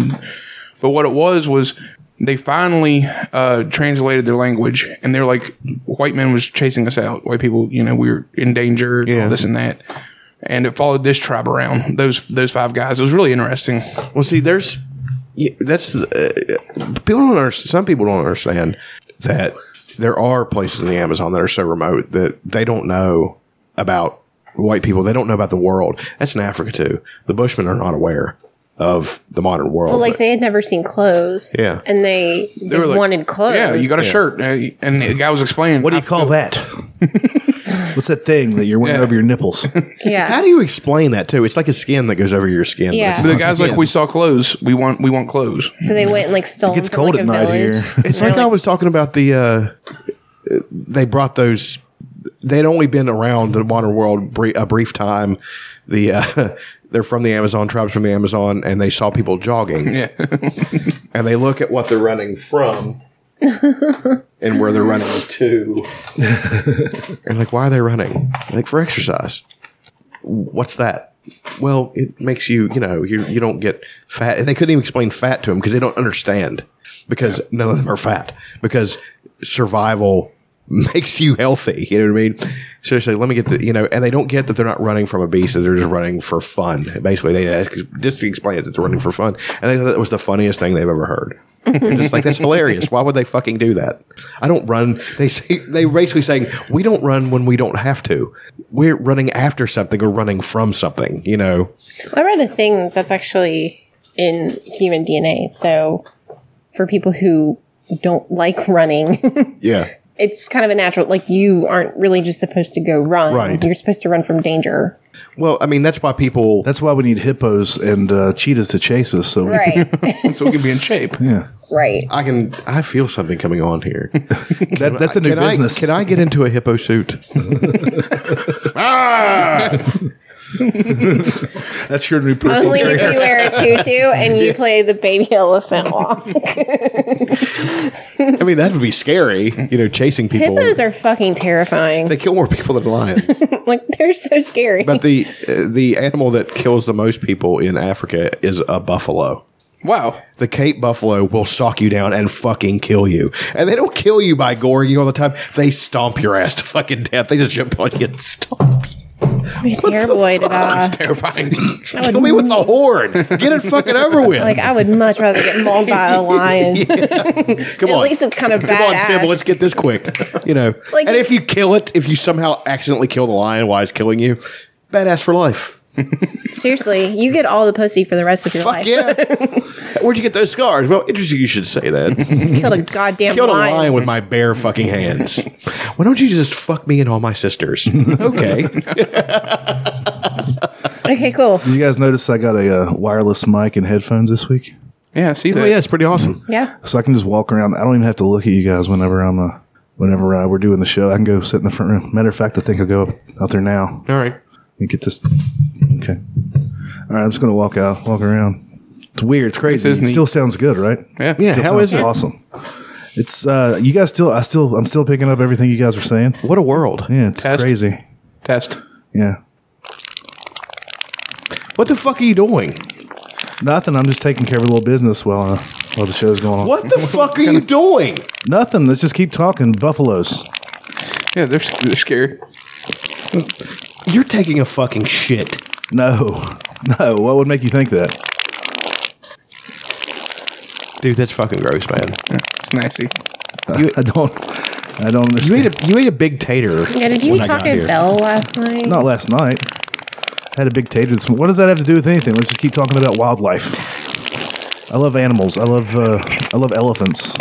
E: but what it was was they finally uh, translated their language, and they're like, white men was chasing us out. White people, you know, we were in danger,
C: Yeah.
E: all this and that. And it followed this tribe around. Those those five guys. It was really interesting.
C: Well, see, there's yeah, that's uh, people don't understand. Some people don't understand that there are places in the Amazon that are so remote that they don't know about white people. They don't know about the world. That's in Africa too. The Bushmen are not aware of the modern world.
D: Well, like
C: but-
D: they had never seen clothes.
C: Yeah.
D: And they, they,
E: were like,
D: wanted clothes.
E: Yeah, you got a
C: Yeah.
E: shirt, uh, and the guy was explaining.
B: What do you
E: I
B: call
E: feel-
B: that? What's that thing that you're wearing over your nipples?
D: Yeah.
C: How do you explain that too? It's like a skin that goes over your skin. but
D: Yeah.
C: it's
D: But
E: The
C: not
E: guy's
C: skin.
E: like, we saw clothes. We want we want clothes. *laughs*
D: So they went and like stole them from like a village.
C: *laughs* It's like I was talking about the. Uh, they brought those. They'd only been around the modern world brie- a brief time. The uh, *laughs* they're from the Amazon tribes from the Amazon, and they saw people jogging.
E: Yeah.
C: *laughs* and they look at what they're running from. and where they're running to, *laughs* and like, why are they running? Like for exercise. What's that? Well, it makes you, you know, you you don't get fat. And they couldn't even explain fat to them because they don't understand because none of them are fat because survival *laughs* makes you healthy. You know what I mean? Seriously, let me get the, you know, and they don't get that they're not running from a beast, that they're just running for fun. Basically, they ask, just to explain it that they're running for fun. And they thought that was the funniest thing they've ever heard. They're just like, that's hilarious. Why would they fucking do that? I don't run. They say, they basically saying, we don't run when we don't have to. We're running after something or running from something, you know?
D: I read a thing that's actually in human DNA. So for people who don't like running, *laughs*
C: Yeah.
D: it's kind of a natural. Like you aren't really just supposed to go run.
C: Right.
D: You're supposed to run from danger.
C: Well, I mean, that's why people.
B: That's why we need hippos and uh, cheetahs to chase us. So we
D: Right.
E: so we can be in shape.
B: Yeah.
D: *laughs*
C: *laughs*
D: right.
C: I can, I feel something coming on here.
B: That, that's a *laughs* new
C: Can I-
B: business.
C: can I get into a hippo suit?
B: *laughs*
C: *laughs*
B: that's your new personal
D: Only if
B: trainer.
D: you wear a tutu and you play the baby elephant
C: *laughs*
D: walk.
C: I mean, that would be scary, you know, chasing people.
D: Hippos are fucking terrifying.
C: they kill more people than lions.
D: *laughs* like they're so scary.
C: but the uh, the animal that kills the most people in Africa is a buffalo.
E: Wow.
C: The Cape buffalo will stalk you down and fucking kill you. And they don't kill you by goring you all the time. They stomp your ass to fucking death. They just jump on you and stomp. *laughs*
D: Me terrible way to die. *laughs*
E: It's terrifying.
D: I would
C: Kill me with the horn. Get it fucking over with.
D: like I would much rather get mauled by a
C: *laughs*
D: lion.
C: Come
D: At
C: on.
D: least it's kind of
C: Come on,
D: badass.
C: Sybil, let's get this quick. You know,
D: *laughs* Like-
C: and if you kill it, if you somehow accidentally kill the lion while it's killing you, badass for life.
D: Seriously, you get all the pussy for the rest of your life.
C: Fuck yeah.
D: *laughs*
C: Where'd you get those scars? Well, interesting you should say that.
D: Killed a goddamn
C: Killed a
D: lion.
C: lion with my bare fucking hands. Why don't you just fuck me and all
D: *laughs*
C: my sisters? Okay.
D: Okay, cool.
B: Did you guys notice I got a uh, wireless mic and headphones this week?
E: Yeah, I see that.
C: Oh, yeah, it's pretty awesome.
D: Yeah.
B: So I can just walk around. I don't even have to look at you guys whenever I'm uh, whenever uh, we're doing the show. I can go sit in the front room. Matter of fact, I think I'll go out there now
C: All right.
B: and get this. Okay. All right, I'm just gonna walk out, walk around. It's weird. It's crazy.
E: This is
B: It
E: neat.
B: still sounds good, right?
E: Yeah.
C: Yeah,
B: Still
C: how
B: sounds
C: is it?
B: Awesome. It's uh, you guys still. I still. I'm still picking up everything you guys are saying.
C: What a world.
B: Yeah, it's
E: Test.
B: crazy.
E: Test.
B: Yeah.
C: What the fuck are you doing?
B: Nothing. I'm just taking care of a little business while uh, while the show's going on.
C: What the fuck
D: *laughs*
C: are you doing?
B: Nothing. Let's just keep talking. Buffaloes.
E: Yeah, they're, s- they're scary.
C: You're taking a fucking shit.
B: No. *laughs* No. What would make you think that?
C: Dude, that's fucking gross, man.
E: It's nasty.
B: *laughs* I don't. I don't
C: You
B: understand.
C: ate a you ate a big tater.
D: Yeah, did you
C: when
D: eat
C: I got
D: Taco
C: here.
D: Bell last night?
B: Not last night. had a big tater. This what does that have to do with anything? Let's just keep talking about wildlife. I love animals. I love. Uh, I love elephants.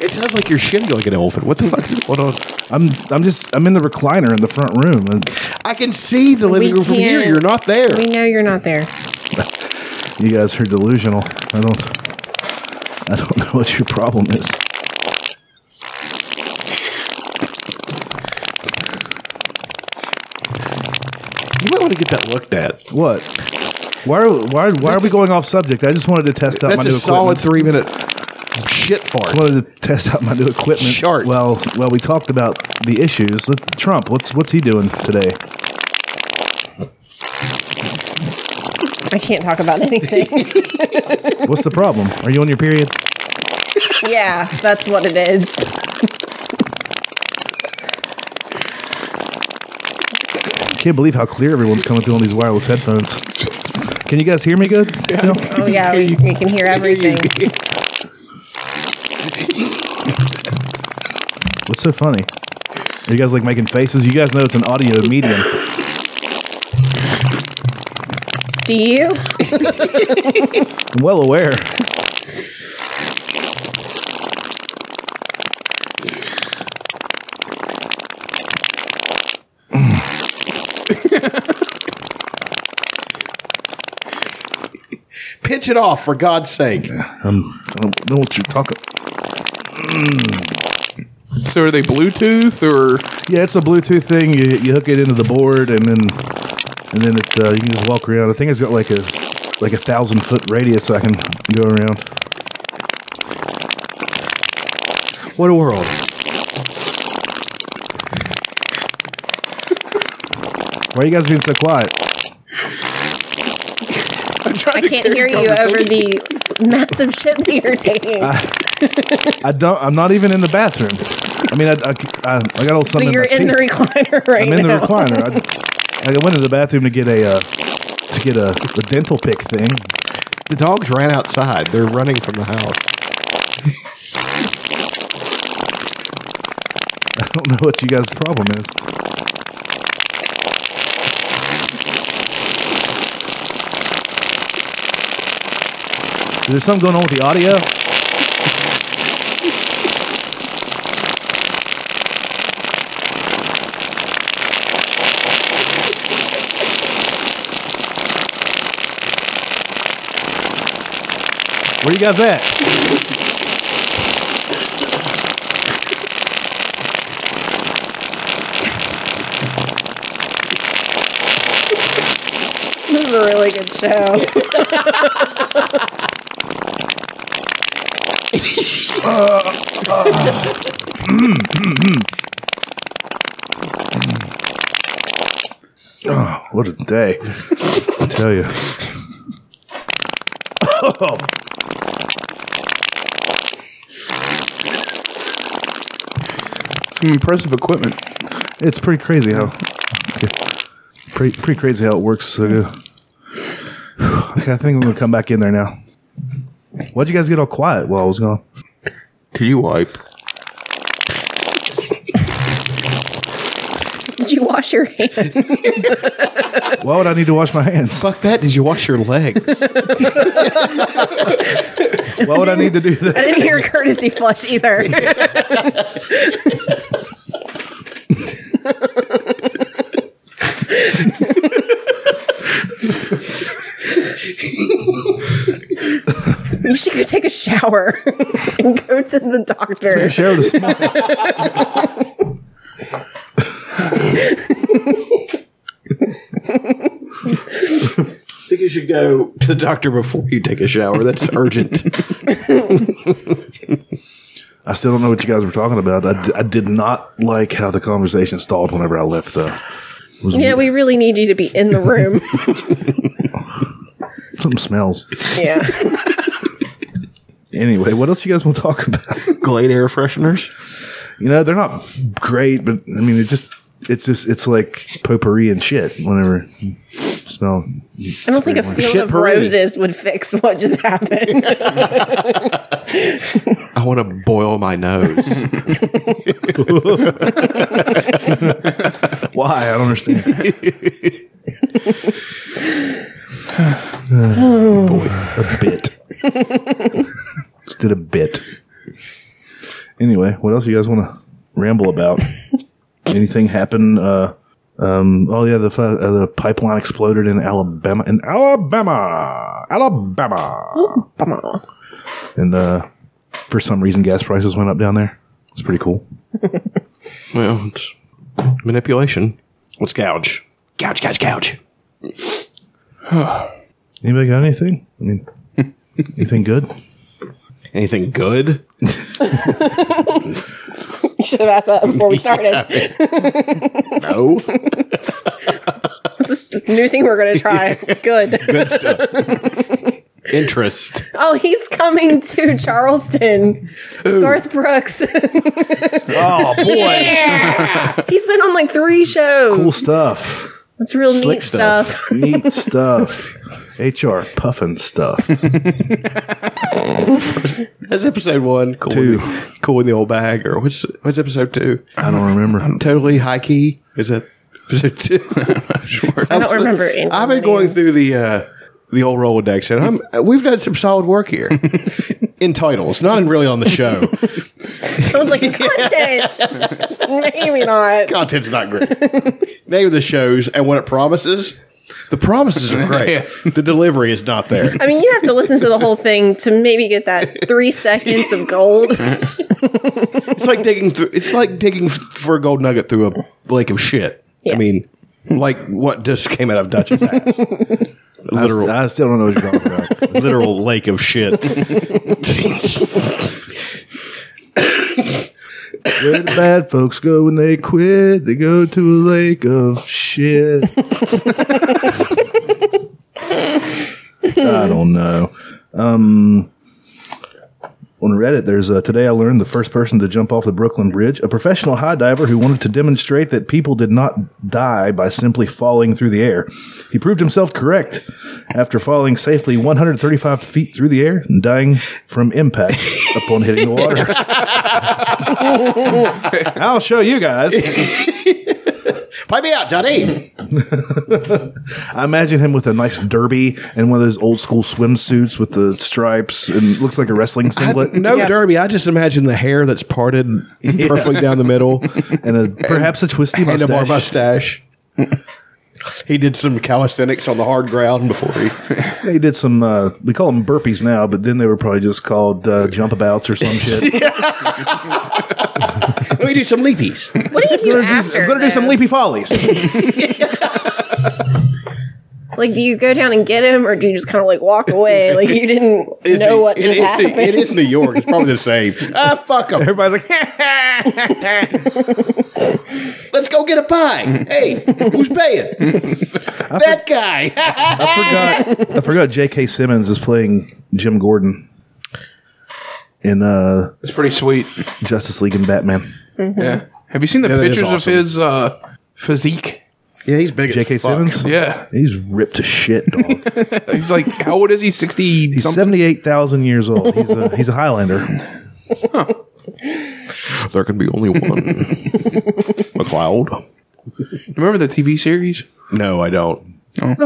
C: It sounds like you're shitting like an elephant. What the fuck is
D: *laughs*
C: going on?
B: I'm. I'm just. I'm in the recliner in the front room. And
C: I can see the living room from here.
D: can't-
C: You're not there.
D: We know you're not there.
B: you guys are delusional. I don't. I don't *laughs* know what your problem is.
C: You might want to get that looked at.
B: What? Why are why, why are we going off subject? I just wanted to test out my
C: That's
B: new
C: a solid
B: equipment.
C: three minute shit fart.
B: Just wanted to test out my new equipment.
C: Shart.
B: Well, well, we talked about the issues. Let, Trump, what's what's he doing today?
D: I can't talk about
B: *laughs*
D: anything.
B: What's the problem? Are you on your period?
D: yeah, that's what it is.
B: I can't believe how clear everyone's coming through on these wireless headphones. Can you guys hear me good? Still?
D: Oh yeah, we, we can hear everything.
B: What's so funny? Are you guys like making faces? You guys know it's an audio medium.
D: Do
B: *laughs*
D: you?
B: I'm well aware.
C: Switch it off, for God's sake.
B: I'm, I do not know what you're talking.
E: So are they Bluetooth or?
B: Yeah, it's a Bluetooth thing. You, you hook it into the board, and then and then it uh, you can just walk around. I think it's got like a like a thousand foot radius, so I can go around. What a world! Why are you guys being so quiet?
D: I can't hear you over the massive shit that you're taking.
B: Ah, I don't. I'm not even in the bathroom. I mean, I I, I, I got old
D: so
B: something.
D: you're
B: my
D: in the
B: teeth.
D: recliner *laughs* right
B: I'm in
D: now.
B: the
D: *laughs*
B: recliner. I, I went to the bathroom to get a uh, to get a, a dental pick thing.
C: The dogs ran outside. They're running from the house.
B: I don't know what you guys' problem is. Is there something going on with the audio? Where you guys at?
D: This is a really good show.
B: Oh, what a day. I tell you. Oh.
E: Some impressive equipment.
B: It's pretty crazy how pretty, pretty crazy how it works. So, uh, okay, I think I'm gonna come back in there now. Why'd you guys get all quiet while I was gone?
E: Can you wipe?
D: Did you wash your hands?
B: Why would I need to wash my hands?
C: Fuck that. Did you wash your *laughs* legs?
B: Why would I need to do
D: I *laughs*
B: that?
D: didn't hear courtesy flush either. you should go take a shower and go to the doctor.
B: Took a shower this morning.
C: I think you should go to the doctor before you take a shower. That's urgent.
B: I still don't know what you guys were talking about. I, d- I did not like how the conversation stalled whenever I left, though. It was
D: yeah, we really need you to be in the room.
B: Something smells.
D: yeah.
B: Anyway, what else you guys want to talk
C: *laughs*
B: about?
C: Glade air fresheners.
B: You know, they're not great, but I mean, it just it's just it's like potpourri and shit. Whenever you smell,
D: I don't think a field of
C: parade.
D: roses would fix what just happened.
C: I want to boil my *laughs* nose.
B: Why? I don't understand. *sighs* Boy, a bit. Just did a bit. Anyway, what else you guys want to ramble about? Anything happen? Uh, um, oh yeah, the fu- uh, the pipeline exploded in Alabama. In Alabama, Alabama,
D: Alabama.
B: And uh, for some reason, gas prices went up down there. It's pretty cool.
C: well, it's manipulation. Let's gouge. Gouge, gouge, gouge.
B: Anybody got anything? I mean, anything good?
C: Anything good? *laughs*
D: You should have asked that before we started.
C: No.
D: This is a new thing we're going to try. Good.
C: Good stuff. *laughs* Interest.
D: Oh, he's coming *laughs* to Charleston. Garth Brooks. *laughs*
B: Oh boy.
D: he's been on like three shows.
B: Cool stuff.
D: That's real neat stuff. *laughs*
B: *laughs* neat stuff. HR puffin stuff.
C: That's episode one. Cool,
B: Two.
C: With the, cool in the old bag, or what's what's episode two?
B: I don't remember.
C: Totally high key. Is that episode two? *laughs*
D: I don't remember any.
C: I've been going through the uh, the old Rolodex, and I'm, we've done some solid work here in titles, not in really on the show.
D: I *laughs* was like, content. *laughs* Maybe not.
C: Content's not great. Name of the shows and what it promises. The promises are great. The delivery is not there.
D: I mean, you have to listen to the whole thing to maybe get that *laughs* three seconds of gold.
C: it's like digging. Through, it's like digging f- for a gold nugget through a lake of shit. I mean, like what just came out of Dutch's *laughs* ass. Literal. I,
B: still don't know what you're talking about.
C: Literal lake of *laughs* shit.
B: Where the *laughs* bad folks go when they quit, they go to a lake of shit. I don't know. Um, on Reddit, there's uh today I learned the first person to jump off the Brooklyn Bridge, a professional high diver who wanted to demonstrate that people did not die by simply falling through the air. He proved himself correct after falling safely 135 feet through the air and dying from impact upon hitting the water. *laughs* I'll show you guys. *laughs*
C: Pipe me out, Johnny.
B: I imagine him with a nice derby and one of those old school swimsuits with the stripes and looks like a wrestling singlet.
C: No derby. I just imagine the hair that's parted perfectly down the middle,
B: and a, perhaps a twisty
C: and a bar
B: mustache.
C: mustache. *laughs* he did some calisthenics on the hard ground before *laughs* he.
B: They did some. Uh, we call them burpees now, but then they were probably just called uh, jumpabouts or some shit.
C: Let me do some leapies.
D: What *laughs* do you do after?
B: I'm gonna do
D: though?
B: some leapy follies.
D: Like, do you go down and get him, or do you just kind of like walk away, *laughs* like you didn't
C: It's
D: know
C: New-
D: what
C: it
D: just
C: is New-
D: happened?
C: it is New York. It's
D: *laughs*
C: probably the same. Ah, fuck them.
B: Everybody's like,
C: *laughs* let's go get a pie. Hey, who's *laughs* paying? that guy. *laughs*
B: I forgot. I forgot. J.K. Simmons is playing Jim Gordon in uh,
E: It's pretty sweet.
B: Justice League and Batman.
E: Yeah. Have you seen the
C: Yeah, that is
E: pictures of
C: awesome.
E: his uh, physique?
C: Yeah, he's big.
B: J.K.
C: as fuck.
B: Simmons.
E: Yeah.
B: He's ripped to shit, dog.
E: He's like, how old is he? 60 *laughs*
B: He's
E: something?
B: seventy-eight thousand years old. He's a he's a Highlander.
C: There can be only *laughs* one. McLeod.
E: Remember the TV series?
C: No, I don't. What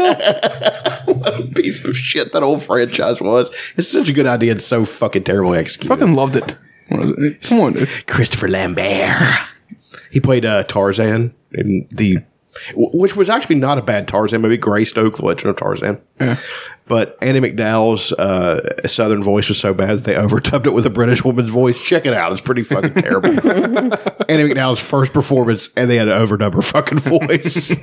C: a piece of shit that old franchise was. It's such a good idea. It's so fucking terribly executed.
E: Fucking loved it. Come on, dude.
C: Christopher Lambert. He played uh, Tarzan in the, wh- which was actually not a bad Tarzan movie, Greystoke, The Legend of Tarzan. But Annie McDowell's uh, southern voice was so bad they *laughs* overdubbed it with a British woman's voice. Check it out; it's pretty fucking *laughs* terrible. Annie McDowell's first performance, and they had to overdub her fucking voice.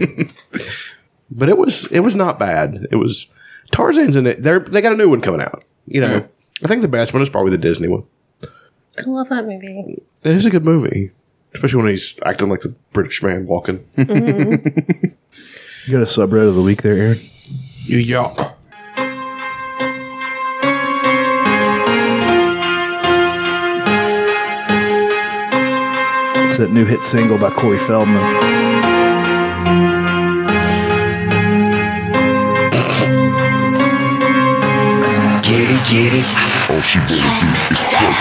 C: *laughs* but it was it was not bad. It was Tarzan's in it. They they got a new one coming out. You know, I think the best one is probably the Disney one.
D: I love that movie.
C: It is a good movie, especially when he's acting like the British man walking.
B: You got a subreddit of the week there, Aaron.
E: Yeah.
B: It's that new hit single by Corey Feldman.
G: Get it, get it. All she wanna do is twerk.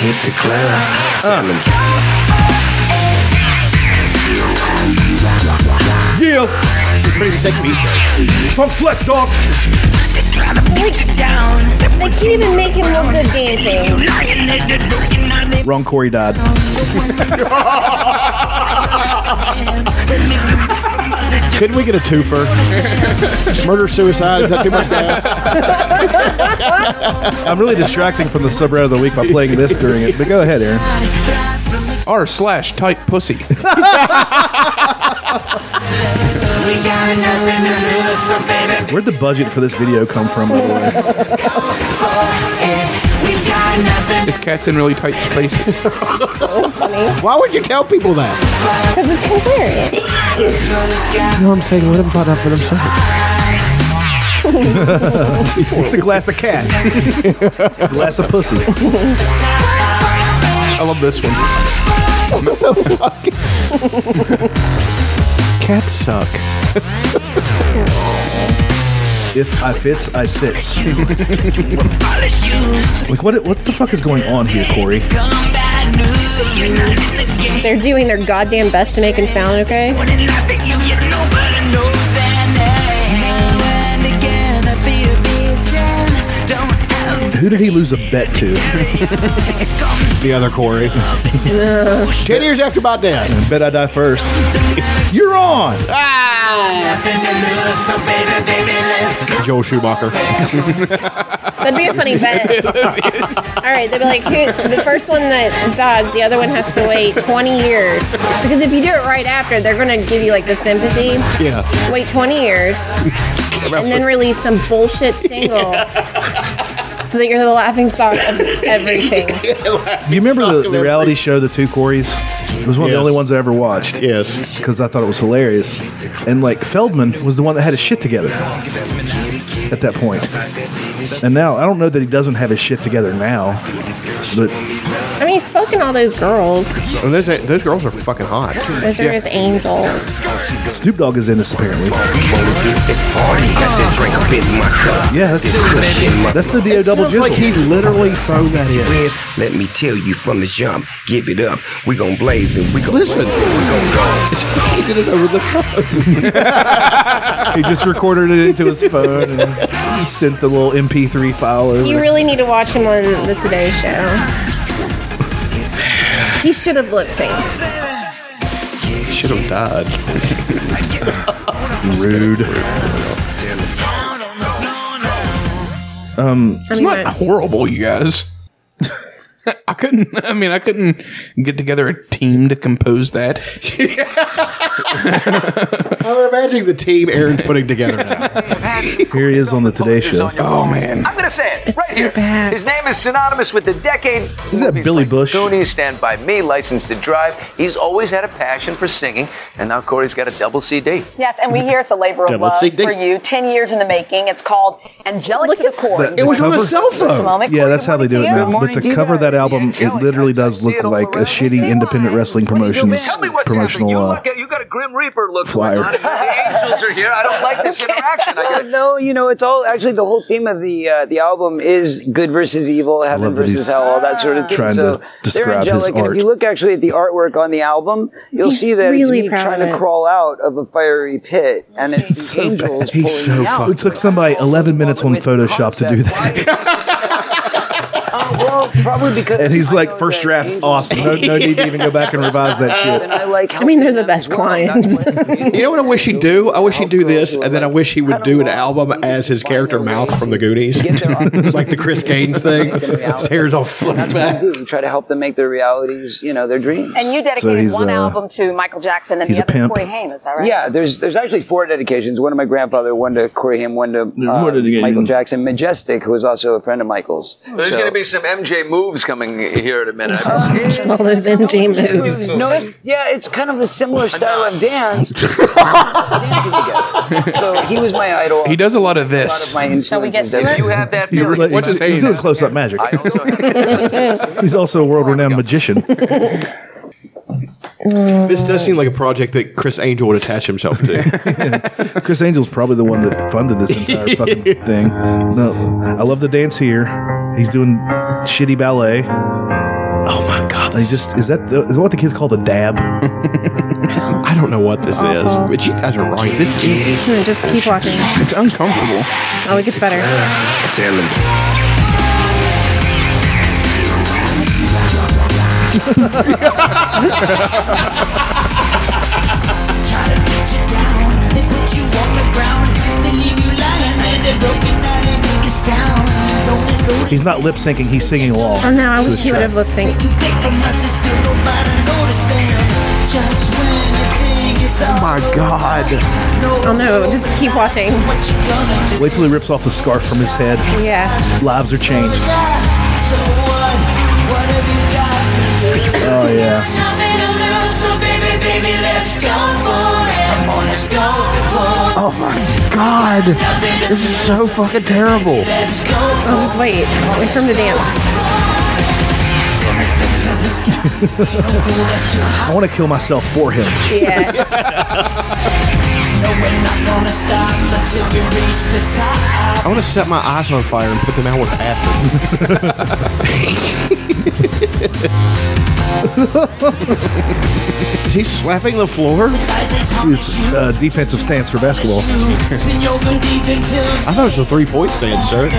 G: Hit the club.
B: Yeah, pretty sick beat. Pump flex, dog.
D: They can't even make him look good dancing.
B: Wrong Corey died.
C: Couldn't we get a twofer? Murder suicide? Is that too much gas?
B: *laughs* I'm really distracting from the subreddit of the week by playing this during it. But go ahead, Aaron.
E: R slash tight pussy.
B: Where'd the budget for this video come from, by the way?
E: His cat's in really tight spaces.
C: Why would you tell people that?
D: Because it's hilarious.
B: It's a glass of cat. glass of pussy.
E: I love this one. *laughs*
C: Cats suck.
B: If I fits, I sits. like what? What the fuck is going on here, Corey?
D: They're doing their goddamn best to make him sound okay.
B: Who did he lose a bet to? the other Corey.
C: Ten years after my death.
B: Bet I die first. You're on.
C: *laughs* Joel
D: *laughs*
C: Schumacher.
D: That'd be a funny bet. All right, they'd be like, who, the first one that dies, the other one has to wait 20 years. Because if you do it right after, they're going to give you like the sympathy.
C: Yeah.
D: Wait 20 years and then release some bullshit single so that you're the laughing stock of everything.
B: Do you remember the, the reality show, The Two Corys? It was one of the
C: Yes.
B: only ones I ever watched.
C: Yes.
B: Because I thought it was hilarious. And like Feldman was the one that had his shit together at that point. And now, I don't know that he doesn't have his shit together now. But
D: I mean, he's fucking all those girls.
C: those, those girls are fucking hot.
D: Those are his angels.
B: Snoop Dogg is in this apparently. Yeah, that's, that's the DO double jizzle.
M: literally threw that in. let me tell you from the jump, give it up. We gon' blaze and we gon' listen. We gon' go.
C: he did it over the phone.
B: *laughs* he just recorded it into his phone and he sent the little MP3 file over.
D: You really need to watch him on the Today Show. He should have lip synced.
C: Should have died.
B: Rude. Um,
E: It's
D: not
E: horrible, you guys. *laughs* I couldn't. I mean, I couldn't get together a team to compose that.
C: I'm imagining the team Aaron's putting together now.
B: Here he is on the Today Show.
C: *laughs* Oh, man.
N: I'm gonna say it right here. His name is synonymous with the decade. Is
B: that Billy Bush?
N: Goonies, Stand by Me, License to Drive. He's always had a passion for singing, and now Corey's got a double CD.
O: Yes, and we hear it's a labor of
N: Double
O: love
N: CD.
O: for you. Ten years in the making. It's called Angelic to the Core.
B: That- the cover- Yeah, that's how they do it
O: Good
B: now.
O: morning
B: But
O: to
B: the
O: you
B: cover of that album, it literally does look like a shitty independent wrestling promotions promotional. Uh,
N: You got a Grim Reaper look
B: Flyer.
N: going on. and The angels are here. I don't like
P: *laughs*
N: this interaction. I
P: Uh, no, you know, it's all actually the whole theme of the uh, the album is good versus evil, heaven
B: love that
P: versus
B: he's
P: hell, all that sort of thing.
B: trying
P: so
B: to describe
P: they're
B: his
P: angelic, and
B: art.
P: if you look actually at the artwork on the album, you'll
D: He's
P: see that
D: really
P: it's me
D: proud
P: trying
D: of
P: to
D: it.
P: crawl out of a fiery pit,
D: Mm-hmm.
P: and it's, the angels pulling
B: He's so
P: me out.
B: fucked. It took somebody 11 minutes on Photoshop to do that.
D: *laughs*
P: Oh, well, probably because
B: *laughs* And he's like, first draft, awesome. No, no need to even go back and
H: *laughs*
B: revise that shit.
P: I like.
D: I mean, they're the best clients.
C: You know what I wish he'd do? I wish he'd do this, and then I wish he would do an album as his character mouth from the Goonies, *laughs* like the Chris Gaines thing. His hair's all flipped
P: That's
C: back.
P: what we do. We try to help them make their realities, you know, their dreams.
O: And you dedicated
P: he's,
O: one
P: uh,
O: album to Michael Jackson and
P: he's
O: the
P: a
O: other
P: pimp.
O: Corey Haim. Is that right?
P: Yeah, there's there's actually four dedications. One to my grandfather, one to Corey Haim, one to uh,
B: one dedication.
P: Michael Jackson, Majestic, who was also a friend of Michael's.
N: There's going to be some MJ moves coming here in a minute.
D: All those MJ moves.
P: Uh, No, it's, yeah, it's kind of a
N: *laughs*
P: similar style of
B: *laughs*
P: dance. dancing together. So he was my idol.
E: He does a lot of this.
P: My influences. that-
N: You have
B: *laughs*
N: that.
B: He really-
E: What's his
B: he's
E: saying?
B: doing close up magic. he's also a world renowned magician.
C: This does seem like a project that Chris Angel would attach himself to. *laughs*
B: Chris Angel's probably the one that funded this entire fucking thing. No, I love the dance here. He's doing shitty ballet. Oh my god! They just is that the, is what the kids call
C: *laughs*
B: the dab? I
C: don't know what this is, but you guys are right. This is
D: Hmm, *laughs* Just keep watching.
E: It's uncomfortable.
D: Oh, it gets better.
C: Tell him.
B: He's not lip syncing. He's singing along.
D: Oh no, I
B: to
D: wish
B: his
D: he would
B: track.
D: have lip synced.
B: Oh my god!
D: Oh no, just keep watching.
B: Wait till he rips off the scarf from his head.
D: Yeah.
B: Lives are changed. Oh yeah.
H: Oh
C: my god! This is so fucking terrible.
D: I'll just wait. Wait for him to dance.
B: I want to kill myself for him.
D: Yeah.
H: No, we're not gonna stop until we reach the top.
C: I want to set my eyes on fire and put them out with acid.
B: Is he slapping the floor? It's uh, defensive stance for basketball.
H: Spin your good deeds until
C: I thought it was a three point stand, sir.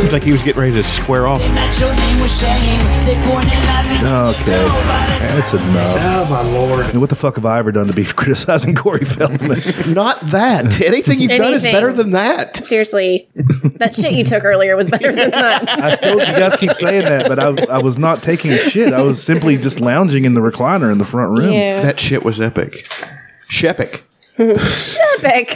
C: Seems like he was getting ready to square off.
H: that your name was shame. They pointed life in
B: Okay, that's enough.
C: Oh, my lord.
B: And what the fuck have I ever done to be *laughs* criticizing Corey Feldman?
C: Not *laughs* that. Anything you've done is
D: Anything.
C: better than that.
D: Seriously, that shit you took earlier was better than
B: *laughs*
D: that.
B: I still, you guys keep saying that, but I, I was not taking shit. I was simply just lounging in the recliner in the front room.
D: Yeah.
C: That shit was epic. Shepic.
D: Shepic.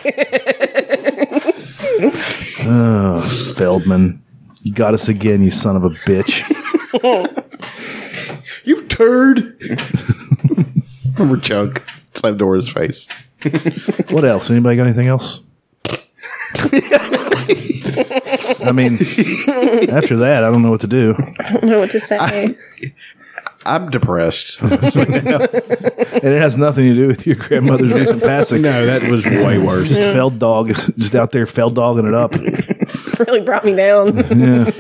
B: Oh, Feldman. You got us again, you son of a bitch.
C: You turd. *laughs* Remember Chunk slammed door in his face.
B: what else? Anybody got
E: *laughs*
B: anything else? I mean, after that, I don't know what to do.
D: I don't know what to say.
C: I'm depressed.
B: And it has nothing to do with your grandmother's recent
C: *laughs*
B: passing.
C: No, that was way worse.
B: Just
D: Yeah.
B: feld dog, just out there feld dogging it up.
D: *laughs* really brought me down.
B: Yeah.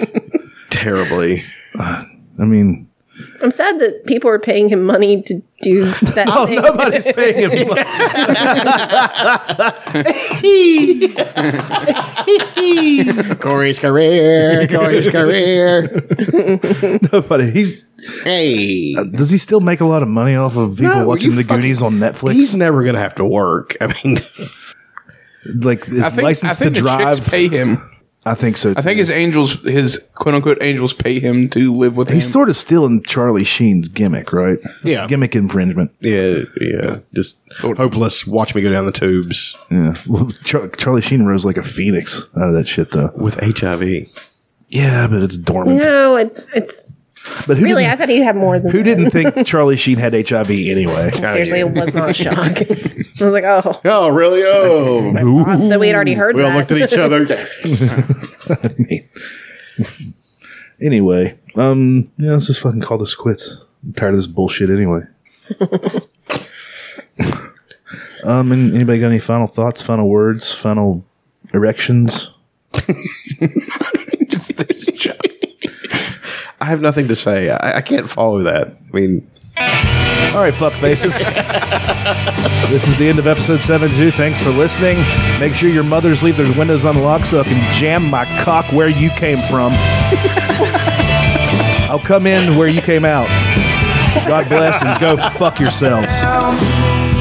C: Terribly.
B: I mean,
D: I'm sad that people are paying him money to do that.
H: Oh,
D: thing.
H: nobody's paying him money.
C: Corey's career. Corey's career.
B: nobody. He's
C: hey.
B: does he still make a lot of money off of people
C: No,
B: watching
C: you
B: the
C: fucking-
B: Goonies on Netflix?
C: He's never going to have to work. I mean,
B: like
E: I
B: his
E: think, I
B: license to
E: think the
B: drive.
E: chicks pay him.
B: I think so.
E: I think his angels, his quote unquote angels, pay him to live with
B: He's
E: him.
B: sort of still in Charlie Sheen's gimmick, right? It's
E: Yeah.
B: gimmick infringement.
C: *laughs* yeah, yeah. Just hopeless. Watch me go down the tubes
B: Yeah. Well, Char- Charlie Sheen rose like a phoenix out of that shit, though.
C: with HIV.
B: Yeah, but it's dormant.
D: no, it, it's
B: But who
D: really.
B: didn't-
D: I thought he'd have more than that.
B: Who didn't think Charlie Sheen had HIV
D: *laughs*
B: anyway?
D: Seriously, it was not a shock. I was like, oh,
C: Oh, really? Oh.
D: that we had already heard.
C: We all
D: that.
C: looked at each other.
B: I mean, *laughs* anyway, um, yeah, let's just fucking call this quits. I'm tired of this
D: *laughs*
B: bullshit anyway. um, and anybody got any final thoughts, final words, final erections?
C: *laughs* I have nothing to say. I, I can't follow that. I mean,
B: All right, fuck faces. this is the end of episode 72. Thanks for listening. Make sure your mothers leave their windows unlocked so I can jam my cock where you came from. I'll come in where you came out. God bless and go fuck yourselves.
H: Down.